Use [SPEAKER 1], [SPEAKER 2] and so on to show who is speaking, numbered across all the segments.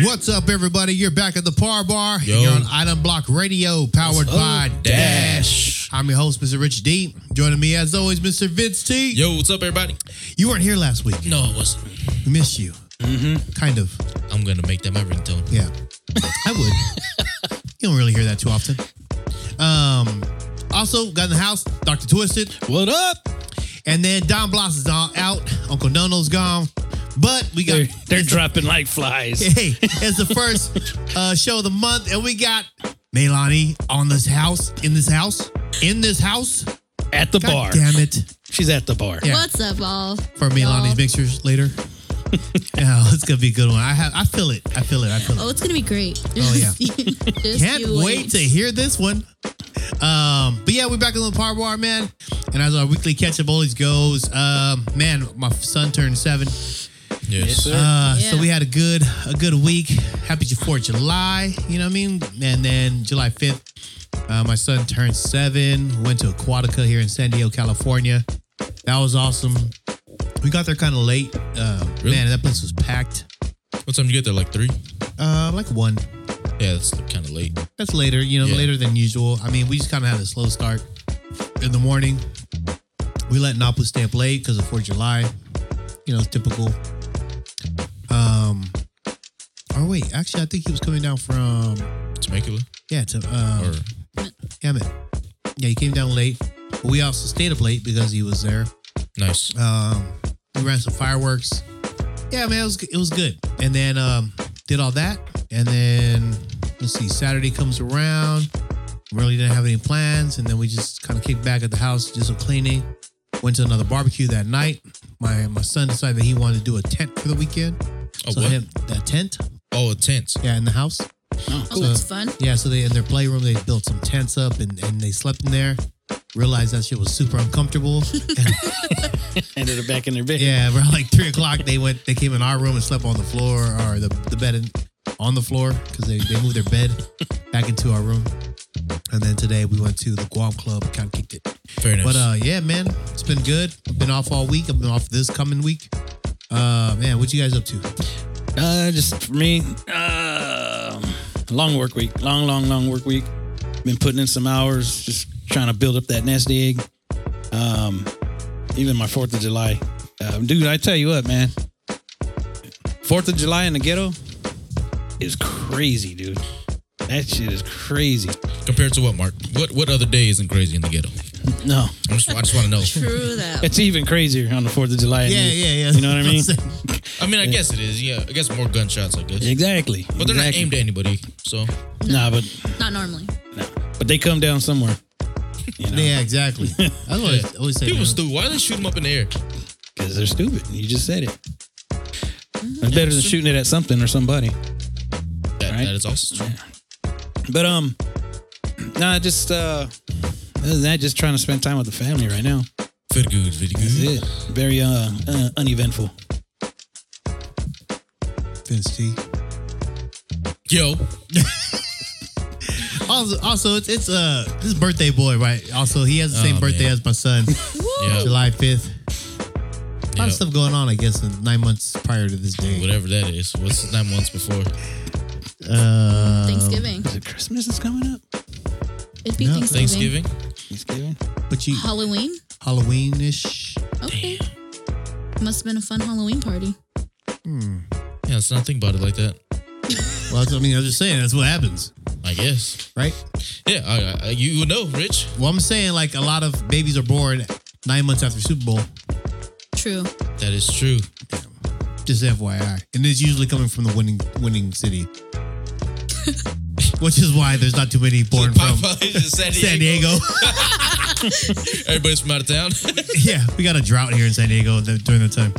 [SPEAKER 1] What's up, everybody? You're back at the Par Bar.
[SPEAKER 2] Yo.
[SPEAKER 1] You're on Item Block Radio, powered by Dash. I'm your host, Mr. Rich D. Joining me, as always, Mr. Vince T.
[SPEAKER 2] Yo, what's up, everybody?
[SPEAKER 1] You weren't here last week.
[SPEAKER 2] No, it wasn't.
[SPEAKER 1] We missed you. Mm-hmm. Kind of.
[SPEAKER 2] I'm gonna make that my ringtone.
[SPEAKER 1] Yeah. I would. you don't really hear that too often. Um. Also, got in the house, Dr. Twisted.
[SPEAKER 2] What up?
[SPEAKER 1] And then Don Blas is all out. Uncle Nono's gone. But we got
[SPEAKER 3] They're, they're dropping like flies.
[SPEAKER 1] hey, it's the first uh, show of the month, and we got Melani on this house, in this house, in this house.
[SPEAKER 3] At the
[SPEAKER 1] God
[SPEAKER 3] bar.
[SPEAKER 1] damn it!
[SPEAKER 3] She's at the bar.
[SPEAKER 1] Yeah.
[SPEAKER 4] What's up, all?
[SPEAKER 1] For Melani's mixers later. yeah, it's gonna be a good one. I have, I feel it. I feel it. I feel
[SPEAKER 4] Oh,
[SPEAKER 1] it.
[SPEAKER 4] it's gonna be great.
[SPEAKER 1] Oh, yeah.
[SPEAKER 4] Just
[SPEAKER 1] Can't
[SPEAKER 4] you
[SPEAKER 1] wait to hear this one. Um, but yeah, we're back on the par bar, man. And as our weekly catch up always goes, um, man, my son turned seven.
[SPEAKER 2] Yes.
[SPEAKER 1] Uh, So
[SPEAKER 4] Yeah.
[SPEAKER 1] we had a good a good week. Happy Fourth of July, you know what I mean? And then July fifth, uh, my son turned seven. Went to Aquatica here in San Diego, California. That was awesome. We got there kind of late. Uh,
[SPEAKER 2] Really?
[SPEAKER 1] Man, that place was packed.
[SPEAKER 2] What time you get there? Like three?
[SPEAKER 1] Uh, like one.
[SPEAKER 2] Yeah, that's kind of late.
[SPEAKER 1] That's later, you know,
[SPEAKER 2] Yeah.
[SPEAKER 1] later than usual. I mean, we just kind of had a slow start in the morning. We let Napu stay up late because of 4th of July. You know, it's typical. Um, or wait, actually, I think he was coming down from,
[SPEAKER 2] Temecula
[SPEAKER 1] yeah, to,
[SPEAKER 2] or
[SPEAKER 1] um, Hammett. Yeah, he came down late. But we also stayed up late because he was there.
[SPEAKER 2] nice.
[SPEAKER 1] Um, we ran some fireworks. Yeah, man, it was it was good. And then um, did all that, and then let's see, Saturday comes around. Really didn't have any plans, and then we just kind of kicked back at the house, did some cleaning. Went to another barbecue that night. My my son decided that he wanted to do a tent for the weekend.
[SPEAKER 2] Oh,
[SPEAKER 1] so
[SPEAKER 2] what?
[SPEAKER 1] him that tent,
[SPEAKER 2] Oh, a tent.
[SPEAKER 1] yeah, in the house.
[SPEAKER 4] Oh, that's fun.
[SPEAKER 1] Yeah, so they in their playroom they built some tents up and, and they slept in there. Realized that shit was super uncomfortable.
[SPEAKER 3] Ended up back in their bed.
[SPEAKER 1] Yeah, around like three o'clock, they went. They came in our room and slept on the floor or the, the bed in, on the floor because they, they moved their bed back into our room. And then today we went to the Guam Club, kind of kicked it.
[SPEAKER 2] Very nice.
[SPEAKER 1] But uh, yeah, man, it's been good. I've been off all week. I've been off this coming week. Uh, man, what you guys up to?
[SPEAKER 3] Uh, just for me, uh, long work week. Long, long, long work week. Been putting in some hours, just trying to build up that nest egg. Um, even my 4th of July. Um, dude, I tell you what, man. 4th of July in the ghetto is crazy, dude. That shit is crazy.
[SPEAKER 2] Compared to what, Mark? What what other day isn't crazy in the ghetto?
[SPEAKER 3] No,
[SPEAKER 2] I'm just, I just want to know.
[SPEAKER 4] True that.
[SPEAKER 3] It's even crazier on the Fourth of July.
[SPEAKER 1] Yeah, yeah, yeah.
[SPEAKER 3] You know what I mean?
[SPEAKER 2] I mean, I guess it is. Yeah, I guess more gunshots. I guess.
[SPEAKER 3] Exactly.
[SPEAKER 2] But they're not aimed at anybody. So
[SPEAKER 3] Nah, but
[SPEAKER 4] Not normally.
[SPEAKER 3] but they come down somewhere
[SPEAKER 1] Yeah, exactly. I always,
[SPEAKER 2] yeah.
[SPEAKER 1] always say,
[SPEAKER 2] people
[SPEAKER 1] man,
[SPEAKER 2] stupid. Why do they shoot them up in the air?
[SPEAKER 3] because they're stupid. You just said it. It's better than shooting it at something or somebody.
[SPEAKER 2] That,
[SPEAKER 3] Right.
[SPEAKER 2] that is also true.
[SPEAKER 3] But um, nah, just uh, other than that, just trying to spend time with the family right now.
[SPEAKER 2] Very good. Very
[SPEAKER 3] That's
[SPEAKER 2] good.
[SPEAKER 3] it. Very uh, uh uneventful.
[SPEAKER 1] Vince T.
[SPEAKER 2] Yo,
[SPEAKER 1] Also, also, it's it's uh this birthday boy, right? Also, he has the same
[SPEAKER 2] Oh,
[SPEAKER 1] birthday
[SPEAKER 2] man.
[SPEAKER 1] as my son.
[SPEAKER 2] yeah,
[SPEAKER 1] July 5th. A lot
[SPEAKER 2] Yep.
[SPEAKER 1] of stuff going on, I guess, in nine months prior to this day.
[SPEAKER 2] whatever that is. What's nine months before?
[SPEAKER 1] Uh,
[SPEAKER 4] Thanksgiving.
[SPEAKER 3] Is it Christmas is coming up?
[SPEAKER 4] It'd be
[SPEAKER 1] no.
[SPEAKER 2] Thanksgiving.
[SPEAKER 4] Thanksgiving.
[SPEAKER 3] Thanksgiving.
[SPEAKER 1] But you,
[SPEAKER 4] Halloween.
[SPEAKER 1] Halloween ish.
[SPEAKER 4] Okay. Must have been a fun Halloween party.
[SPEAKER 2] Yeah, let's not think about it like that.
[SPEAKER 1] Well, that's, I mean, I was just saying, that's what happens,
[SPEAKER 2] I guess.
[SPEAKER 1] right?
[SPEAKER 2] Yeah, I, I, you would know, Rich.
[SPEAKER 1] Well, I'm saying, like, a lot of babies are born nine months after Super Bowl,
[SPEAKER 4] True.
[SPEAKER 2] That is true.
[SPEAKER 1] just FYI. And it's usually coming from the winning winning city, which is why there's not too many born from
[SPEAKER 2] Popeyes in San Diego.
[SPEAKER 1] San Diego.
[SPEAKER 2] Everybody's from out of town.
[SPEAKER 1] yeah, we got a drought here in San Diego th- during the time.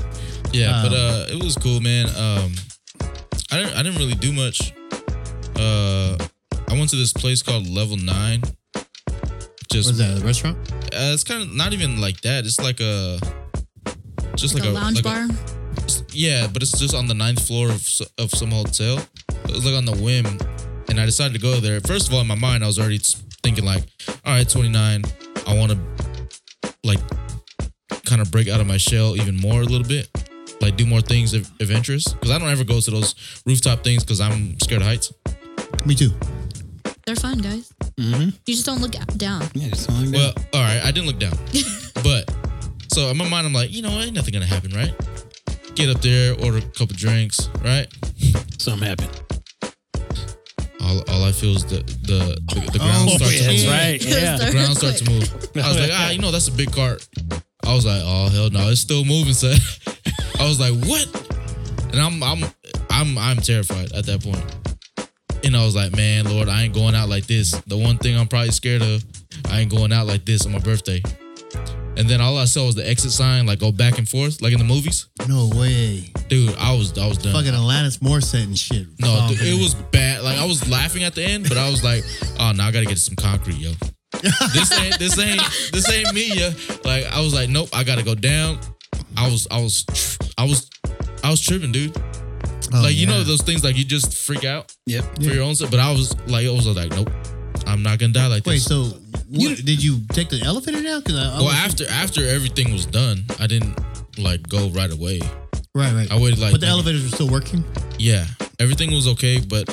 [SPEAKER 2] yeah, but uh, it was cool, man. Um, I didn't, I didn't really do much. Uh, I went to this place called Level Nine. Just
[SPEAKER 1] What's that, a restaurant?
[SPEAKER 2] Uh, it's kind of not even like that. It's like a just like,
[SPEAKER 4] Like a
[SPEAKER 2] like
[SPEAKER 4] lounge bar.
[SPEAKER 2] yeah, but it's just on the ninth floor of, s- of some hotel. It was like on the whim, and I decided to go there. First of all, in my mind, I was already s- thinking like, all right, 29, I want to like kind of break out of my shell even more a little bit. like do more things of, of interest because I don't ever go to those rooftop things because I'm scared of heights.
[SPEAKER 1] Me too.
[SPEAKER 4] They're fun, guys. You just don't look down.
[SPEAKER 3] Yeah, just something like that.
[SPEAKER 2] Well, all right, I didn't look down, but so in my mind I'm like, you know, ain't nothing gonna happen, right? Get up there, order a couple drinks, right?
[SPEAKER 3] Something happened.
[SPEAKER 2] All, all I feel is the the the, the ground
[SPEAKER 3] Oh,
[SPEAKER 2] starts
[SPEAKER 3] yeah,
[SPEAKER 2] to
[SPEAKER 3] that's
[SPEAKER 2] move.
[SPEAKER 3] right. Yeah.
[SPEAKER 2] The ground starts to move. I was like, ah, you know, that's a big cart. I was like, oh hell no, it's still moving. So I was like, what? And I'm I'm I'm I'm terrified at that point. And I was like, man, Lord, I ain't going out like this. The one thing I'm probably scared of, I ain't going out like this on my birthday. And then all I saw was the exit sign, like go back and forth, like in the movies.
[SPEAKER 1] No way.
[SPEAKER 2] Dude, I was I was done.
[SPEAKER 1] Fucking Alanis Morissette and shit. Oh,
[SPEAKER 2] No, dude,
[SPEAKER 1] Fucking-
[SPEAKER 2] it was bad. Like I was laughing at the end, but I was like, "Oh no, I gotta get some concrete, yo. This ain't this ain't this ain't me, yo." Like I was like, "Nope, I gotta go down." I was I was tr- I was I was tripping, dude.
[SPEAKER 1] Oh,
[SPEAKER 2] like you
[SPEAKER 1] yeah.
[SPEAKER 2] know those things, like you just freak out
[SPEAKER 3] Yep.
[SPEAKER 2] for your own stuff. But I was like, I was like, "Nope, I'm not gonna die like
[SPEAKER 1] Wait,
[SPEAKER 2] this."
[SPEAKER 1] so what, did you take the elevator down? Because I, I
[SPEAKER 2] well,
[SPEAKER 1] was-
[SPEAKER 2] after after everything was done, I didn't like go right away.
[SPEAKER 1] right, right.
[SPEAKER 2] I waited like
[SPEAKER 1] but the
[SPEAKER 2] maybe-
[SPEAKER 1] elevators were still working.
[SPEAKER 2] Yeah, everything was okay, but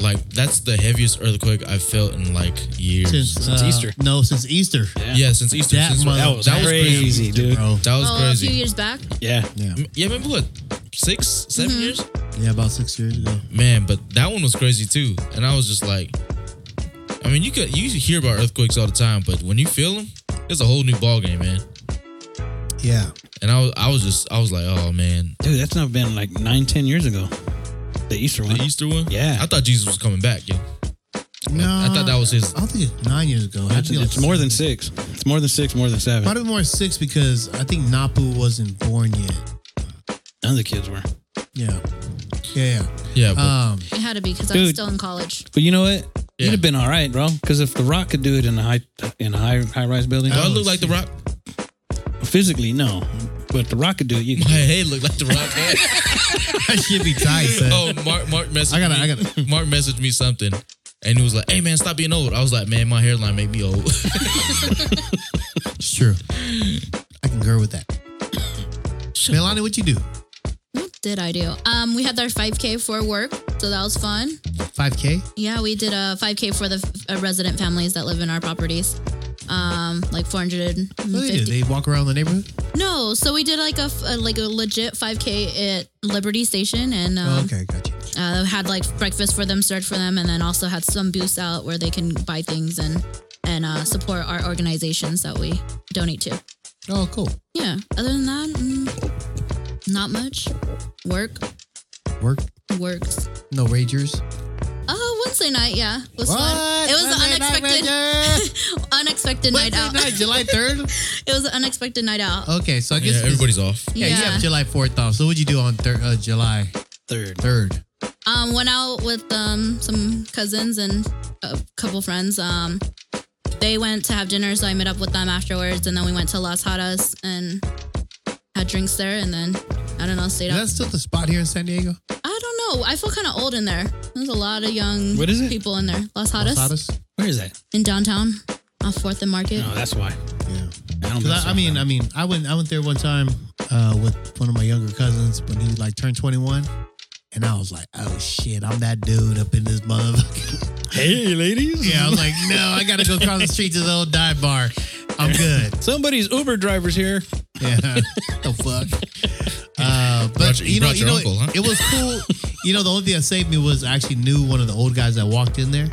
[SPEAKER 2] like that's the heaviest earthquake I've felt in like years.
[SPEAKER 1] Since,
[SPEAKER 3] Since
[SPEAKER 1] uh,
[SPEAKER 3] Easter.
[SPEAKER 1] No, since Easter.
[SPEAKER 3] Yeah.
[SPEAKER 2] yeah, since Easter.
[SPEAKER 1] That
[SPEAKER 2] since
[SPEAKER 1] month-
[SPEAKER 3] That was,
[SPEAKER 2] that was
[SPEAKER 3] crazy,
[SPEAKER 2] crazy,
[SPEAKER 3] dude.
[SPEAKER 1] Bro.
[SPEAKER 2] that was
[SPEAKER 4] oh, a few
[SPEAKER 2] crazy.
[SPEAKER 4] years back.
[SPEAKER 3] Yeah.
[SPEAKER 1] Yeah,
[SPEAKER 2] Yeah, remember what? Six, seven
[SPEAKER 4] Mm-hmm.
[SPEAKER 2] years?
[SPEAKER 1] yeah, about six years ago.
[SPEAKER 2] Man, but that one was crazy too. And I was just like, I mean, you could you hear about earthquakes all the time, but when you feel them, it's a whole new ballgame, man.
[SPEAKER 1] Yeah,
[SPEAKER 2] And I was, I was just, I was like, oh man,
[SPEAKER 3] Dude, that's not been like nine, ten years ago. The Easter
[SPEAKER 2] the
[SPEAKER 3] one.
[SPEAKER 2] Easter one.
[SPEAKER 3] Yeah.
[SPEAKER 2] I thought Jesus was coming back. Yeah,
[SPEAKER 1] no,
[SPEAKER 2] I thought that was his.
[SPEAKER 1] I don't think it's nine years ago. It had
[SPEAKER 3] It's,
[SPEAKER 1] to be like
[SPEAKER 3] it's more than six. It's more than six, more than seven.
[SPEAKER 1] Might have been more six because I think Napu wasn't born yet.
[SPEAKER 3] None of the kids were.
[SPEAKER 1] Yeah, yeah,
[SPEAKER 2] Yeah, but,
[SPEAKER 1] yeah. Um,
[SPEAKER 4] It had to be because I was
[SPEAKER 3] Dude.
[SPEAKER 4] still in college.
[SPEAKER 3] But you know what?
[SPEAKER 2] Yeah.
[SPEAKER 3] You'd have been all right, bro. Because if The Rock could do it in a high in a high high rise building,
[SPEAKER 2] do I
[SPEAKER 1] Oh,
[SPEAKER 2] look like the Rock?
[SPEAKER 3] physically no, but The Rock could do it. You
[SPEAKER 2] My head looked like the Rock.
[SPEAKER 1] I should be tight, son.
[SPEAKER 2] oh, Mark, Mark messaged
[SPEAKER 1] I gotta-
[SPEAKER 2] me.
[SPEAKER 1] I gotta-
[SPEAKER 2] Mark messaged me something, and he was like, "Hey man, stop being old." I was like, "Man, my hairline made me old."
[SPEAKER 1] It's true. I can girl with that. Melanie, what you do?
[SPEAKER 4] What did I do? Um, we had our 5K for work, so that was fun.
[SPEAKER 1] Five k.
[SPEAKER 4] Yeah, we did a 5K for the uh, resident families that live in our properties. Um, like
[SPEAKER 1] What do Oh, they do?
[SPEAKER 4] 450.
[SPEAKER 1] They walk around the neighborhood.
[SPEAKER 4] No, so we did like a, f- a- like a legit 5K at Liberty Station, and um,
[SPEAKER 1] Oh, okay, gotcha.
[SPEAKER 4] uh, had like breakfast for them, search for them, and then also had some booths out where they can buy things and and uh, support our organizations that we donate to.
[SPEAKER 1] Oh, cool.
[SPEAKER 4] Yeah. Other than that, mm, not much. Work
[SPEAKER 1] Work.
[SPEAKER 4] works.
[SPEAKER 1] No ragers.
[SPEAKER 4] Oh, Wednesday night, yeah, was fun. It was an
[SPEAKER 1] Wednesday night
[SPEAKER 4] unexpected,
[SPEAKER 1] rager?
[SPEAKER 4] unexpected night
[SPEAKER 1] Wednesday
[SPEAKER 4] out.
[SPEAKER 1] night, July third.
[SPEAKER 4] It was an unexpected night out.
[SPEAKER 1] Okay, so I guess
[SPEAKER 2] yeah, everybody's off.
[SPEAKER 1] Yeah, you
[SPEAKER 4] yeah.
[SPEAKER 1] have July fourth off. So what'd you do on thir- uh, July
[SPEAKER 3] third.
[SPEAKER 1] third?
[SPEAKER 4] Um, went out with um some cousins and a couple friends. Um, they went to have dinner, so I met up with them afterwards, and then we went to Las Hadas and had drinks there, and then I don't know, stayed
[SPEAKER 1] Is
[SPEAKER 4] up.
[SPEAKER 1] that still the spot here in San Diego?
[SPEAKER 4] I don't know. I feel kind of old in there. There's a lot of young
[SPEAKER 3] What is it?
[SPEAKER 4] people in there. Las Hadas,
[SPEAKER 1] Posadas?
[SPEAKER 3] Where is that?
[SPEAKER 4] in downtown, off Fourth and Market.
[SPEAKER 3] No, that's why.
[SPEAKER 1] Yeah.
[SPEAKER 3] I don't.
[SPEAKER 1] 'Cause
[SPEAKER 3] think so.
[SPEAKER 1] I, I mean, I mean, I went, I went there one time uh, with one of my younger cousins when he like turned 21, and I was like, oh shit, I'm that dude up in this motherfucker.
[SPEAKER 3] hey, ladies.
[SPEAKER 1] yeah, I was like, no, I gotta go cross the street to the old dive bar. I'm good.
[SPEAKER 3] Somebody's Uber driver's here.
[SPEAKER 1] Yeah, the fuck. Uh, but
[SPEAKER 2] brought your-
[SPEAKER 1] you,
[SPEAKER 2] you
[SPEAKER 1] know,
[SPEAKER 2] brought
[SPEAKER 1] you
[SPEAKER 2] your
[SPEAKER 1] know,
[SPEAKER 2] uncle, huh?
[SPEAKER 1] it was cool. you know, the only thing that saved me was I actually knew one of the old guys that walked in there.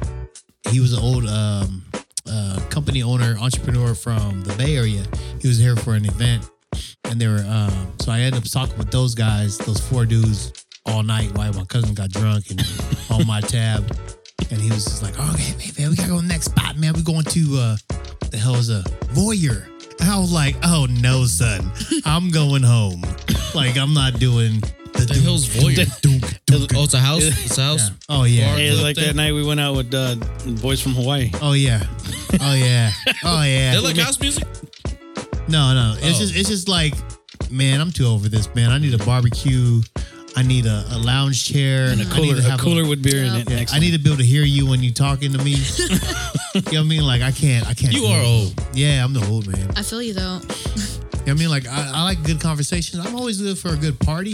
[SPEAKER 1] He was an old um, uh, company owner, entrepreneur from the Bay Area. He was here for an event, and they were. Um, so I ended up talking with those guys, those four dudes, all night while my cousin got drunk and on my tab. And he was just like, oh, okay, man, man, we gotta go to the next spot, man. We're going to uh the hell is a voyeur. And I was like, oh no, son, I'm going home. like I'm not doing the,
[SPEAKER 2] The hell's voyeur? oh, it's a house. It's a house.
[SPEAKER 1] Oh yeah.
[SPEAKER 2] Bar-
[SPEAKER 3] Hey, it's like
[SPEAKER 2] Thing.
[SPEAKER 3] that night we went out with uh, boys from Hawaii.
[SPEAKER 1] Oh yeah. Oh yeah. Oh yeah.
[SPEAKER 2] They like house music.
[SPEAKER 1] No, no. It's
[SPEAKER 2] Oh.
[SPEAKER 1] just it's just like, man, I'm too over this, man. I need a barbecue. I need a, a lounge chair. And
[SPEAKER 3] A cooler,
[SPEAKER 1] I need to
[SPEAKER 3] a
[SPEAKER 1] have
[SPEAKER 3] cooler with beer in it.
[SPEAKER 1] yeah,
[SPEAKER 3] next
[SPEAKER 1] I need to be able to hear you when you're talking to me. you know what I mean? Like I can't I can't
[SPEAKER 2] You
[SPEAKER 1] do
[SPEAKER 2] are
[SPEAKER 1] it.
[SPEAKER 2] old.
[SPEAKER 1] Yeah, I'm the old man.
[SPEAKER 4] I feel you
[SPEAKER 1] You know
[SPEAKER 4] though.
[SPEAKER 1] what I mean, like I, I like good conversations. I'm always good for a good party,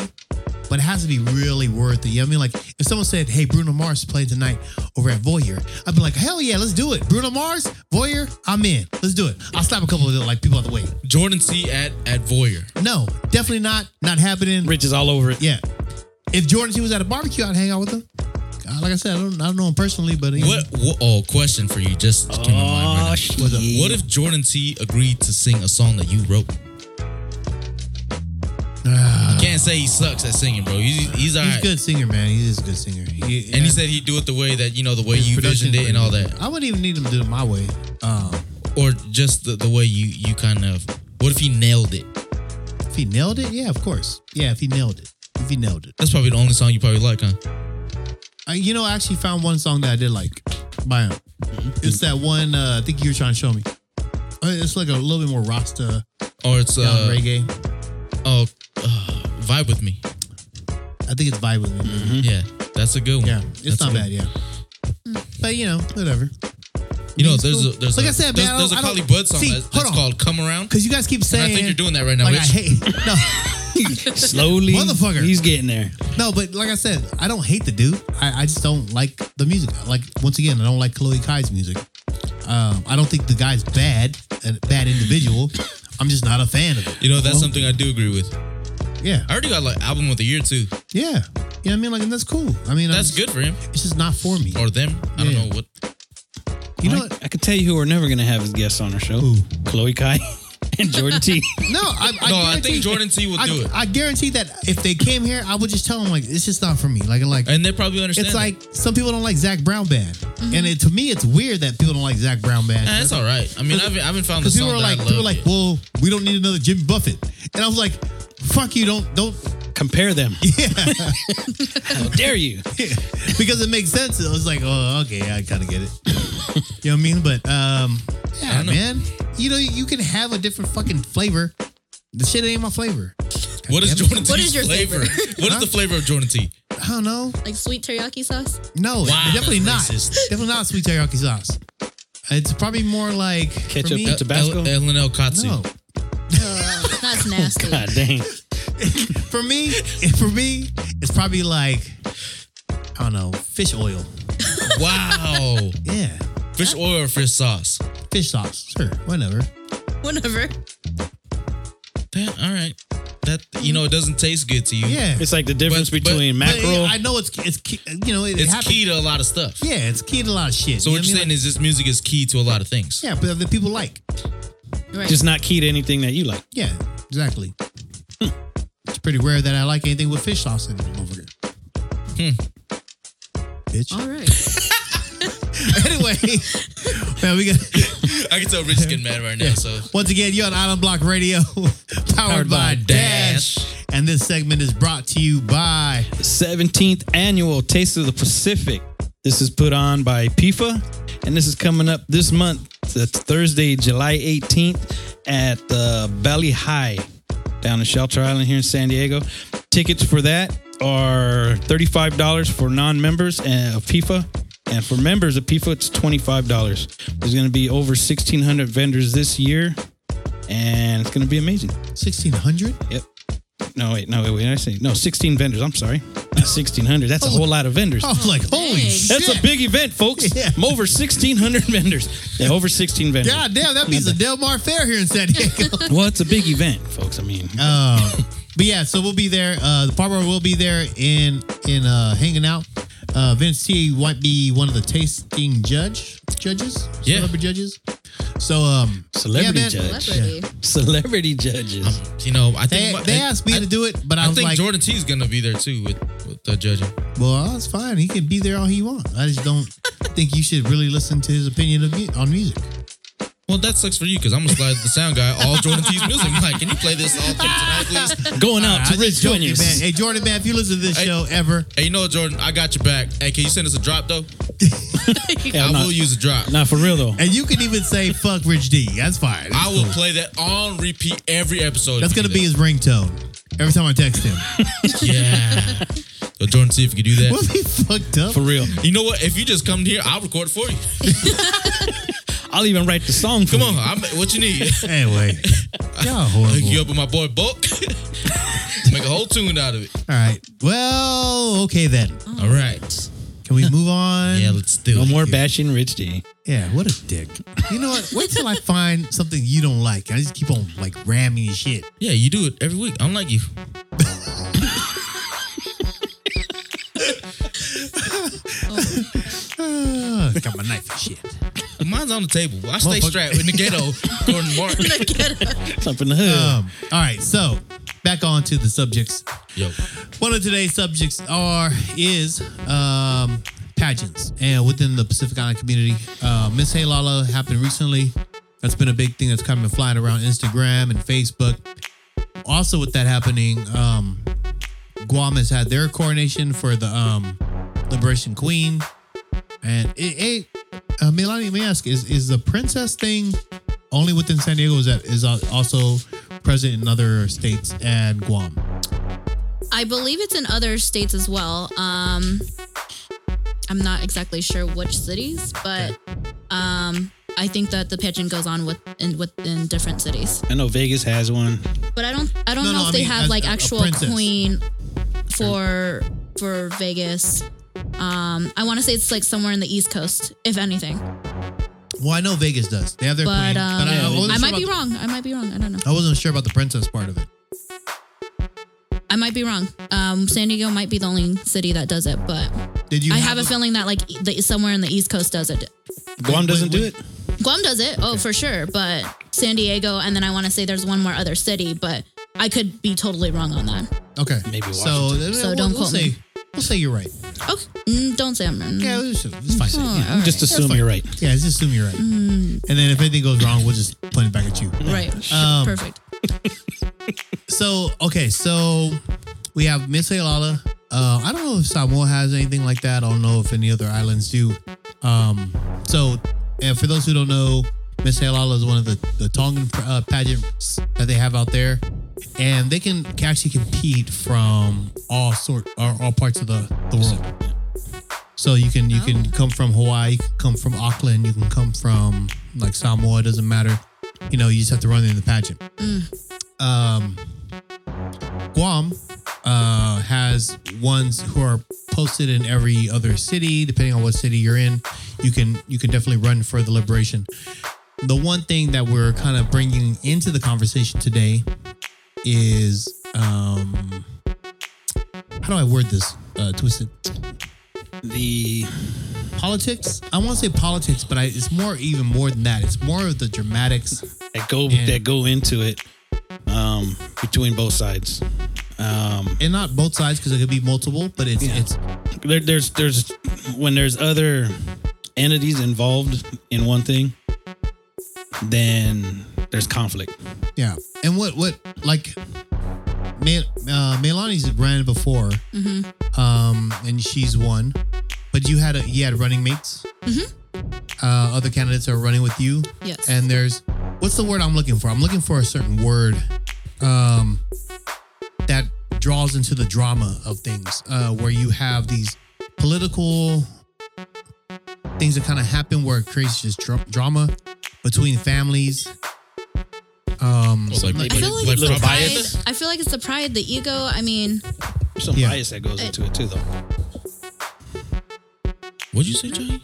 [SPEAKER 1] but it has to be really worth it. You know what I mean? Like if someone said, "Hey, Bruno Mars playing tonight over at Voyeur," I'd be like, "Hell yeah, let's do it!" Bruno Mars, Voyeur, I'm in. Let's do it. I'll slap a couple of the, like people on the way.
[SPEAKER 2] Jordan C at at Voyeur.
[SPEAKER 1] No, definitely not. Not happening.
[SPEAKER 3] Rich is all over it.
[SPEAKER 1] Yeah. If Jordan T was at a barbecue, I'd hang out with him. Uh, Like I said, I don't, I don't know him personally, but you know,
[SPEAKER 2] What, what? Oh, question for you. Just came to mind right now.
[SPEAKER 3] Oh,
[SPEAKER 2] What if-
[SPEAKER 3] shit.
[SPEAKER 2] What if Jordan T agreed to sing a song that you wrote? you can't say he sucks at singing, bro. He's he's
[SPEAKER 1] Ah. he's
[SPEAKER 2] alright.
[SPEAKER 1] a good singer, man. He is a good singer. He,
[SPEAKER 2] And he said he'd do it the way that you know the way
[SPEAKER 1] his
[SPEAKER 2] you
[SPEAKER 1] production
[SPEAKER 2] visioned it and all that,
[SPEAKER 1] I wouldn't even need him to do it my way. Um,
[SPEAKER 2] or just the, the way you you kind of. What if he nailed it?
[SPEAKER 1] if he nailed it, yeah, of course. Yeah, if he nailed it. If he nailed it.
[SPEAKER 2] That's probably the only song you probably like, huh?
[SPEAKER 1] I, you know, I actually found one song that I did like by him.
[SPEAKER 2] Mm-hmm.
[SPEAKER 1] It's that one, uh, I think you were trying to show me. Uh, It's like a little bit more Rasta
[SPEAKER 2] Or it's
[SPEAKER 1] down
[SPEAKER 2] uh,
[SPEAKER 1] reggae.
[SPEAKER 2] oh, uh, vibe with me.
[SPEAKER 1] I think it's Vibe with me.
[SPEAKER 2] Yeah, that's a good one.
[SPEAKER 1] Hmm. Yeah, it's
[SPEAKER 2] That's
[SPEAKER 1] not
[SPEAKER 2] a good-
[SPEAKER 1] bad, yeah. Mm, But, you know, whatever.
[SPEAKER 2] You know,
[SPEAKER 1] It's
[SPEAKER 2] there's
[SPEAKER 1] cool.
[SPEAKER 2] a there's
[SPEAKER 1] Like
[SPEAKER 2] a,
[SPEAKER 1] I said,
[SPEAKER 2] there's,
[SPEAKER 1] man, I
[SPEAKER 2] there's a
[SPEAKER 1] don't- I
[SPEAKER 2] Collie
[SPEAKER 1] don't-
[SPEAKER 2] Bud song
[SPEAKER 1] See,
[SPEAKER 2] that's,
[SPEAKER 1] hold
[SPEAKER 2] that's
[SPEAKER 1] on.
[SPEAKER 2] called "Come Around."
[SPEAKER 1] Because you guys keep
[SPEAKER 2] And
[SPEAKER 1] saying.
[SPEAKER 2] I think you're doing that right now.
[SPEAKER 1] Like, I
[SPEAKER 2] bitch.
[SPEAKER 1] hate. No.
[SPEAKER 3] Slowly,
[SPEAKER 1] Motherfucker.
[SPEAKER 3] He's getting there.
[SPEAKER 1] No, but like I said, I don't hate the dude. I, I just don't like the music. Like once again, I don't like Chloe Kai's music. Um, I don't think the guy's bad, a bad individual. I'm just not a fan of it.
[SPEAKER 2] You know, that's something I do agree with.
[SPEAKER 1] Yeah,
[SPEAKER 2] I already got like album of the year too.
[SPEAKER 1] yeah. You know what I mean? Like, and that's cool. I mean, I'm
[SPEAKER 2] That's
[SPEAKER 1] just-
[SPEAKER 2] good for him
[SPEAKER 1] It's just not for me.
[SPEAKER 2] or them. I don't
[SPEAKER 1] Yeah.
[SPEAKER 2] know what.
[SPEAKER 1] You know
[SPEAKER 3] I,
[SPEAKER 1] what?
[SPEAKER 3] I can tell you who we're never going to have as guests on our show.
[SPEAKER 1] Who?
[SPEAKER 3] Chloe Kai and Jordan T.
[SPEAKER 1] No, I, I
[SPEAKER 2] no, I
[SPEAKER 1] guarantee-
[SPEAKER 2] think Jordan T will
[SPEAKER 1] I,
[SPEAKER 2] do it,
[SPEAKER 1] I guarantee that if they came here, I would just tell them like it's just not for me. Like, like
[SPEAKER 2] and they probably understand.
[SPEAKER 1] it's
[SPEAKER 2] that.
[SPEAKER 1] like some people don't like Zach Brown band, and it, to me, it's weird that people don't like Zach Brown band.
[SPEAKER 2] Eh, that's all right. I mean, I haven't, I haven't found the
[SPEAKER 1] Because
[SPEAKER 2] song
[SPEAKER 1] people were
[SPEAKER 2] that
[SPEAKER 1] like,
[SPEAKER 2] I
[SPEAKER 1] people were
[SPEAKER 2] love.
[SPEAKER 1] like,
[SPEAKER 2] yet.
[SPEAKER 1] well, we don't need another Jimmy Buffett, and I was like, fuck you, don't don't,
[SPEAKER 3] Compare them.
[SPEAKER 1] yeah,
[SPEAKER 3] How dare you?
[SPEAKER 1] because it makes sense. It was like, oh, okay, I kind of get it. you know what I mean? But um, yeah,
[SPEAKER 2] don't know.
[SPEAKER 1] man, you know, you can have a different fucking flavor. The shit ain't my flavor.
[SPEAKER 2] what is
[SPEAKER 1] damn it.
[SPEAKER 2] Jordan T's
[SPEAKER 4] What is your
[SPEAKER 2] flavor? What is
[SPEAKER 1] Huh?
[SPEAKER 2] the flavor of Jordan T?
[SPEAKER 1] I don't know.
[SPEAKER 4] Like sweet teriyaki sauce.
[SPEAKER 1] No,
[SPEAKER 2] Wow,
[SPEAKER 1] definitely not.
[SPEAKER 2] that's racist.
[SPEAKER 1] Definitely not sweet teriyaki sauce. It's probably more like for
[SPEAKER 3] Ketchup
[SPEAKER 1] me-
[SPEAKER 3] and Tabasco?
[SPEAKER 2] El, El, El Katsu.
[SPEAKER 1] No,
[SPEAKER 4] Ugh,
[SPEAKER 1] Oh
[SPEAKER 4] that's nasty.
[SPEAKER 3] God dang.
[SPEAKER 1] for me, for me, it's probably like I don't know, fish oil.
[SPEAKER 2] Wow.
[SPEAKER 1] Yeah.
[SPEAKER 2] fish oil or fish sauce?
[SPEAKER 1] Fish sauce, sure, whatever.
[SPEAKER 4] Whatever.
[SPEAKER 2] That, all right. That you know, it doesn't taste good to you.
[SPEAKER 1] Yeah,
[SPEAKER 3] It's like the difference
[SPEAKER 2] But- but-
[SPEAKER 3] between
[SPEAKER 1] But it-
[SPEAKER 3] mackerel.
[SPEAKER 1] I know it's it's key, you know it,
[SPEAKER 2] it's
[SPEAKER 1] happens.
[SPEAKER 2] key to a lot of stuff.
[SPEAKER 1] Yeah, it's key to a lot of shit.
[SPEAKER 2] So
[SPEAKER 1] you
[SPEAKER 2] what
[SPEAKER 1] know
[SPEAKER 2] you're
[SPEAKER 1] I
[SPEAKER 2] saying
[SPEAKER 1] mean?
[SPEAKER 2] is this music is key to a lot of things.
[SPEAKER 1] Like, yeah, but that people like.
[SPEAKER 4] Right.
[SPEAKER 3] just not key to anything that you like.
[SPEAKER 1] Yeah, exactly. Hmm. it's pretty rare that I like anything with fish sauce in it, motherfucker. Bitch.
[SPEAKER 4] all right.
[SPEAKER 1] anyway, man, we got
[SPEAKER 2] I can tell Rich is getting mad right now. So
[SPEAKER 1] once again you're on Island Block Radio, powered, by,
[SPEAKER 3] by
[SPEAKER 1] Dash.
[SPEAKER 2] Dash.
[SPEAKER 1] and this segment is brought to you by.
[SPEAKER 3] The 17th annual Taste of the Pacific. This is put on by PIFA, and this is coming up this month. That's Thursday, July 18th at the Valley High down in Shelter Island here in San Diego. Tickets for that are $35 for non members of PIFA. And for members of PIFA, it's $25. There's going to be over 1,600 vendors this year, and it's going to be amazing.
[SPEAKER 1] 1600
[SPEAKER 3] Yep. No, wait, no, wait, wait. I see. No, 16 vendors. I'm sorry. Not 1,600. That's a whole lot of vendors.
[SPEAKER 1] i was like holy
[SPEAKER 4] Dang.
[SPEAKER 1] Oh. shit
[SPEAKER 3] That's a big event, folks.
[SPEAKER 1] Yeah.
[SPEAKER 3] I'm over 1,600 vendors. Yeah, over 16 vendors.
[SPEAKER 1] god damn that means a Del Mar Fair here in San Diego
[SPEAKER 3] Well, it's a big event, folks. I mean,
[SPEAKER 1] Uh, but yeah, so we'll be there. Uh, the Barbara will be there in in uh, hanging out. Uh, Vince T might be one of the tasting judge judges,
[SPEAKER 2] Yeah.
[SPEAKER 1] celebrity judges. So um,
[SPEAKER 3] Celebrity
[SPEAKER 1] yeah, man.
[SPEAKER 3] judge.
[SPEAKER 4] Celebrity.
[SPEAKER 3] celebrity judges.
[SPEAKER 2] you know, I
[SPEAKER 1] They,
[SPEAKER 2] think my-
[SPEAKER 1] they
[SPEAKER 2] I-
[SPEAKER 1] asked me
[SPEAKER 2] I-
[SPEAKER 1] to do it, but I,
[SPEAKER 2] I
[SPEAKER 1] was
[SPEAKER 2] think
[SPEAKER 1] like,
[SPEAKER 2] Jordan T is gonna be there too with, with the judging.
[SPEAKER 1] well, that's fine. He can be there all he wants. I just don't think you should really listen to his opinion of mu- on music.
[SPEAKER 2] Well, that sucks for you because I'm gonna slide the sound guy all Jordan T's music. I'm like, can you play this all through tonight, please?
[SPEAKER 3] Going out
[SPEAKER 1] I
[SPEAKER 3] to Rich
[SPEAKER 1] just joking,
[SPEAKER 3] Juniors.
[SPEAKER 1] man. Hey, Jordan, man, if you listen to this
[SPEAKER 2] Hey.
[SPEAKER 1] show ever,
[SPEAKER 2] Hey, you know what, Jordan? I got your back. Hey, can you send us a drop though?
[SPEAKER 3] Hell,
[SPEAKER 2] I
[SPEAKER 3] nah.
[SPEAKER 2] will use a drop.
[SPEAKER 3] Nah, for real, though.
[SPEAKER 1] and you can even say "fuck Rich D," that's fine.
[SPEAKER 2] I will play that on repeat every episode.
[SPEAKER 1] That's
[SPEAKER 2] if you
[SPEAKER 1] gonna
[SPEAKER 2] do
[SPEAKER 1] be his ringtone every time I text him.
[SPEAKER 2] that. yeah. So Jordan T, if you could do that.
[SPEAKER 1] We'll be fucked up.
[SPEAKER 3] For real.
[SPEAKER 2] You know what? If you just come here, I'll record for you.
[SPEAKER 3] I'll even write the song for
[SPEAKER 2] Come on,
[SPEAKER 3] you.
[SPEAKER 2] I'm, what you need?
[SPEAKER 1] Anyway, y'all
[SPEAKER 2] Hook
[SPEAKER 1] horrible.
[SPEAKER 2] you up with my boy Book. Make a whole tune out of it.
[SPEAKER 1] All right. Well, okay then.
[SPEAKER 2] All right.
[SPEAKER 1] Can we move on?
[SPEAKER 2] Yeah, let's do
[SPEAKER 3] No
[SPEAKER 2] it.
[SPEAKER 3] more bashing Rich D.
[SPEAKER 1] Yeah, what a dick. You know what? Wait till I find something you don't like. I just keep on like ramming your shit.
[SPEAKER 2] Yeah, you do it every week. I'm like you.
[SPEAKER 1] Uh, got my knife and shit.
[SPEAKER 2] Mine's on the table. I stay
[SPEAKER 1] Motherfucker.
[SPEAKER 2] strapped in the ghetto. Gordon Martin.
[SPEAKER 3] It's up in the hood.
[SPEAKER 1] Um, all right, so back on to the subjects.
[SPEAKER 2] Yo,
[SPEAKER 1] One of today's subjects are is um, pageants and within the Pacific Island community. Uh, Miss Halala happened recently. That's been a big thing that's kind of been flying around Instagram and Facebook. Also, with that happening, um, Guam has had their coronation for the um, Liberation Queen, and it, it uh, Melanie, let me ask: Is is the princess thing only within San Diego? or Is that is al- also present in other states and Guam?
[SPEAKER 4] I believe it's in other states as well. Um, I'm not exactly sure which cities, but um, I think that the pageant goes on with in within different
[SPEAKER 1] Uh.
[SPEAKER 4] cities.
[SPEAKER 3] I know Vegas has one.
[SPEAKER 4] But I don't I don't
[SPEAKER 1] No,
[SPEAKER 4] know
[SPEAKER 1] no,
[SPEAKER 4] if
[SPEAKER 1] I
[SPEAKER 4] they
[SPEAKER 1] mean,
[SPEAKER 4] have
[SPEAKER 1] as
[SPEAKER 4] like
[SPEAKER 1] a- a
[SPEAKER 4] actual
[SPEAKER 1] princess.
[SPEAKER 4] queen for for Vegas. Um, I want to say it's like somewhere in the East Coast, if anything.
[SPEAKER 1] Well, I know Vegas does. They have their
[SPEAKER 4] But,
[SPEAKER 1] queen.
[SPEAKER 4] um,
[SPEAKER 1] but I, I wasn't
[SPEAKER 4] I
[SPEAKER 1] sure
[SPEAKER 4] might
[SPEAKER 1] about
[SPEAKER 4] be
[SPEAKER 1] the-
[SPEAKER 4] wrong. I might be wrong. I don't know.
[SPEAKER 1] I wasn't sure about the princess part of it.
[SPEAKER 4] I might be wrong. Um, San Diego might be the only city that does it, but
[SPEAKER 1] Did you?
[SPEAKER 4] I have a feeling that like the, somewhere in the East Coast does it.
[SPEAKER 3] Guam doesn't do
[SPEAKER 1] wait.
[SPEAKER 3] it.
[SPEAKER 4] Guam does it, oh for sure, but San Diego, and then I want to say there's one more other city, but I could be totally wrong on that.
[SPEAKER 1] Okay.
[SPEAKER 3] Maybe
[SPEAKER 1] So, uh,
[SPEAKER 3] Washington.
[SPEAKER 4] So
[SPEAKER 1] we'll-
[SPEAKER 4] don't
[SPEAKER 1] we'll
[SPEAKER 4] quote
[SPEAKER 1] say,
[SPEAKER 4] me.
[SPEAKER 1] We'll say you're right.
[SPEAKER 4] Oh, mm, don't say I'm wrong.
[SPEAKER 1] Yeah, it's, it's fine.
[SPEAKER 4] Oh,
[SPEAKER 1] yeah.
[SPEAKER 4] all right.
[SPEAKER 3] Just assume you're right.
[SPEAKER 1] yeah, let's assume you're right.
[SPEAKER 4] Mm.
[SPEAKER 1] And then if anything goes wrong, we'll just point it back at you.
[SPEAKER 4] right,
[SPEAKER 1] Um,
[SPEAKER 4] perfect.
[SPEAKER 1] So okay, so we have Miss Halala. Uh, I don't know if Samoa has anything like that. I don't know if any other islands do. Um, so, and for those who don't know, Miss Halala is one of the the Tongan uh, pageants that they have out there, and they can actually compete from all sort or all parts of the the world. So you can you can come from Hawaii, you can come from Auckland, you can come from like Samoa. It doesn't matter. You know, you just have to run in the pageant um, Guam uh, has ones who are posted in every other city, depending on what city you're in. You can you can definitely run for the liberation. The one thing that we're kind of bringing into the conversation today is um, how do I word this? Uh, twisted
[SPEAKER 3] The
[SPEAKER 1] politics. I want to say politics, but I, it's more even more than that. It's more of the dramatics.
[SPEAKER 3] that go
[SPEAKER 1] Yeah.
[SPEAKER 3] that go into it um, between both sides. Um,
[SPEAKER 1] And not both sides because it could be multiple, but it's it's
[SPEAKER 3] there, there's there's when there's other entities involved in one thing, then there's conflict.
[SPEAKER 1] Yeah. And what what like Mel- uh, Melani's ran before, um, and she's won. But you had a, you had running mates. Uh, other candidates are running with you.
[SPEAKER 4] Yes.
[SPEAKER 1] And there's what's the word I'm looking for? I'm looking for a certain word, um, that draws into the drama of things, uh, where you have these political things that kind of happen where it creates just dra- drama between families. Um,
[SPEAKER 2] Well, like-
[SPEAKER 4] I
[SPEAKER 2] Like-
[SPEAKER 4] feel like,
[SPEAKER 2] like
[SPEAKER 4] it's the
[SPEAKER 2] little
[SPEAKER 4] pride.
[SPEAKER 2] bias?
[SPEAKER 4] I feel like it's the pride, the ego. I mean,
[SPEAKER 3] There's some
[SPEAKER 1] Yeah.
[SPEAKER 3] bias that goes
[SPEAKER 4] Eh.
[SPEAKER 3] into it too, though.
[SPEAKER 2] what'd you say, Johnny?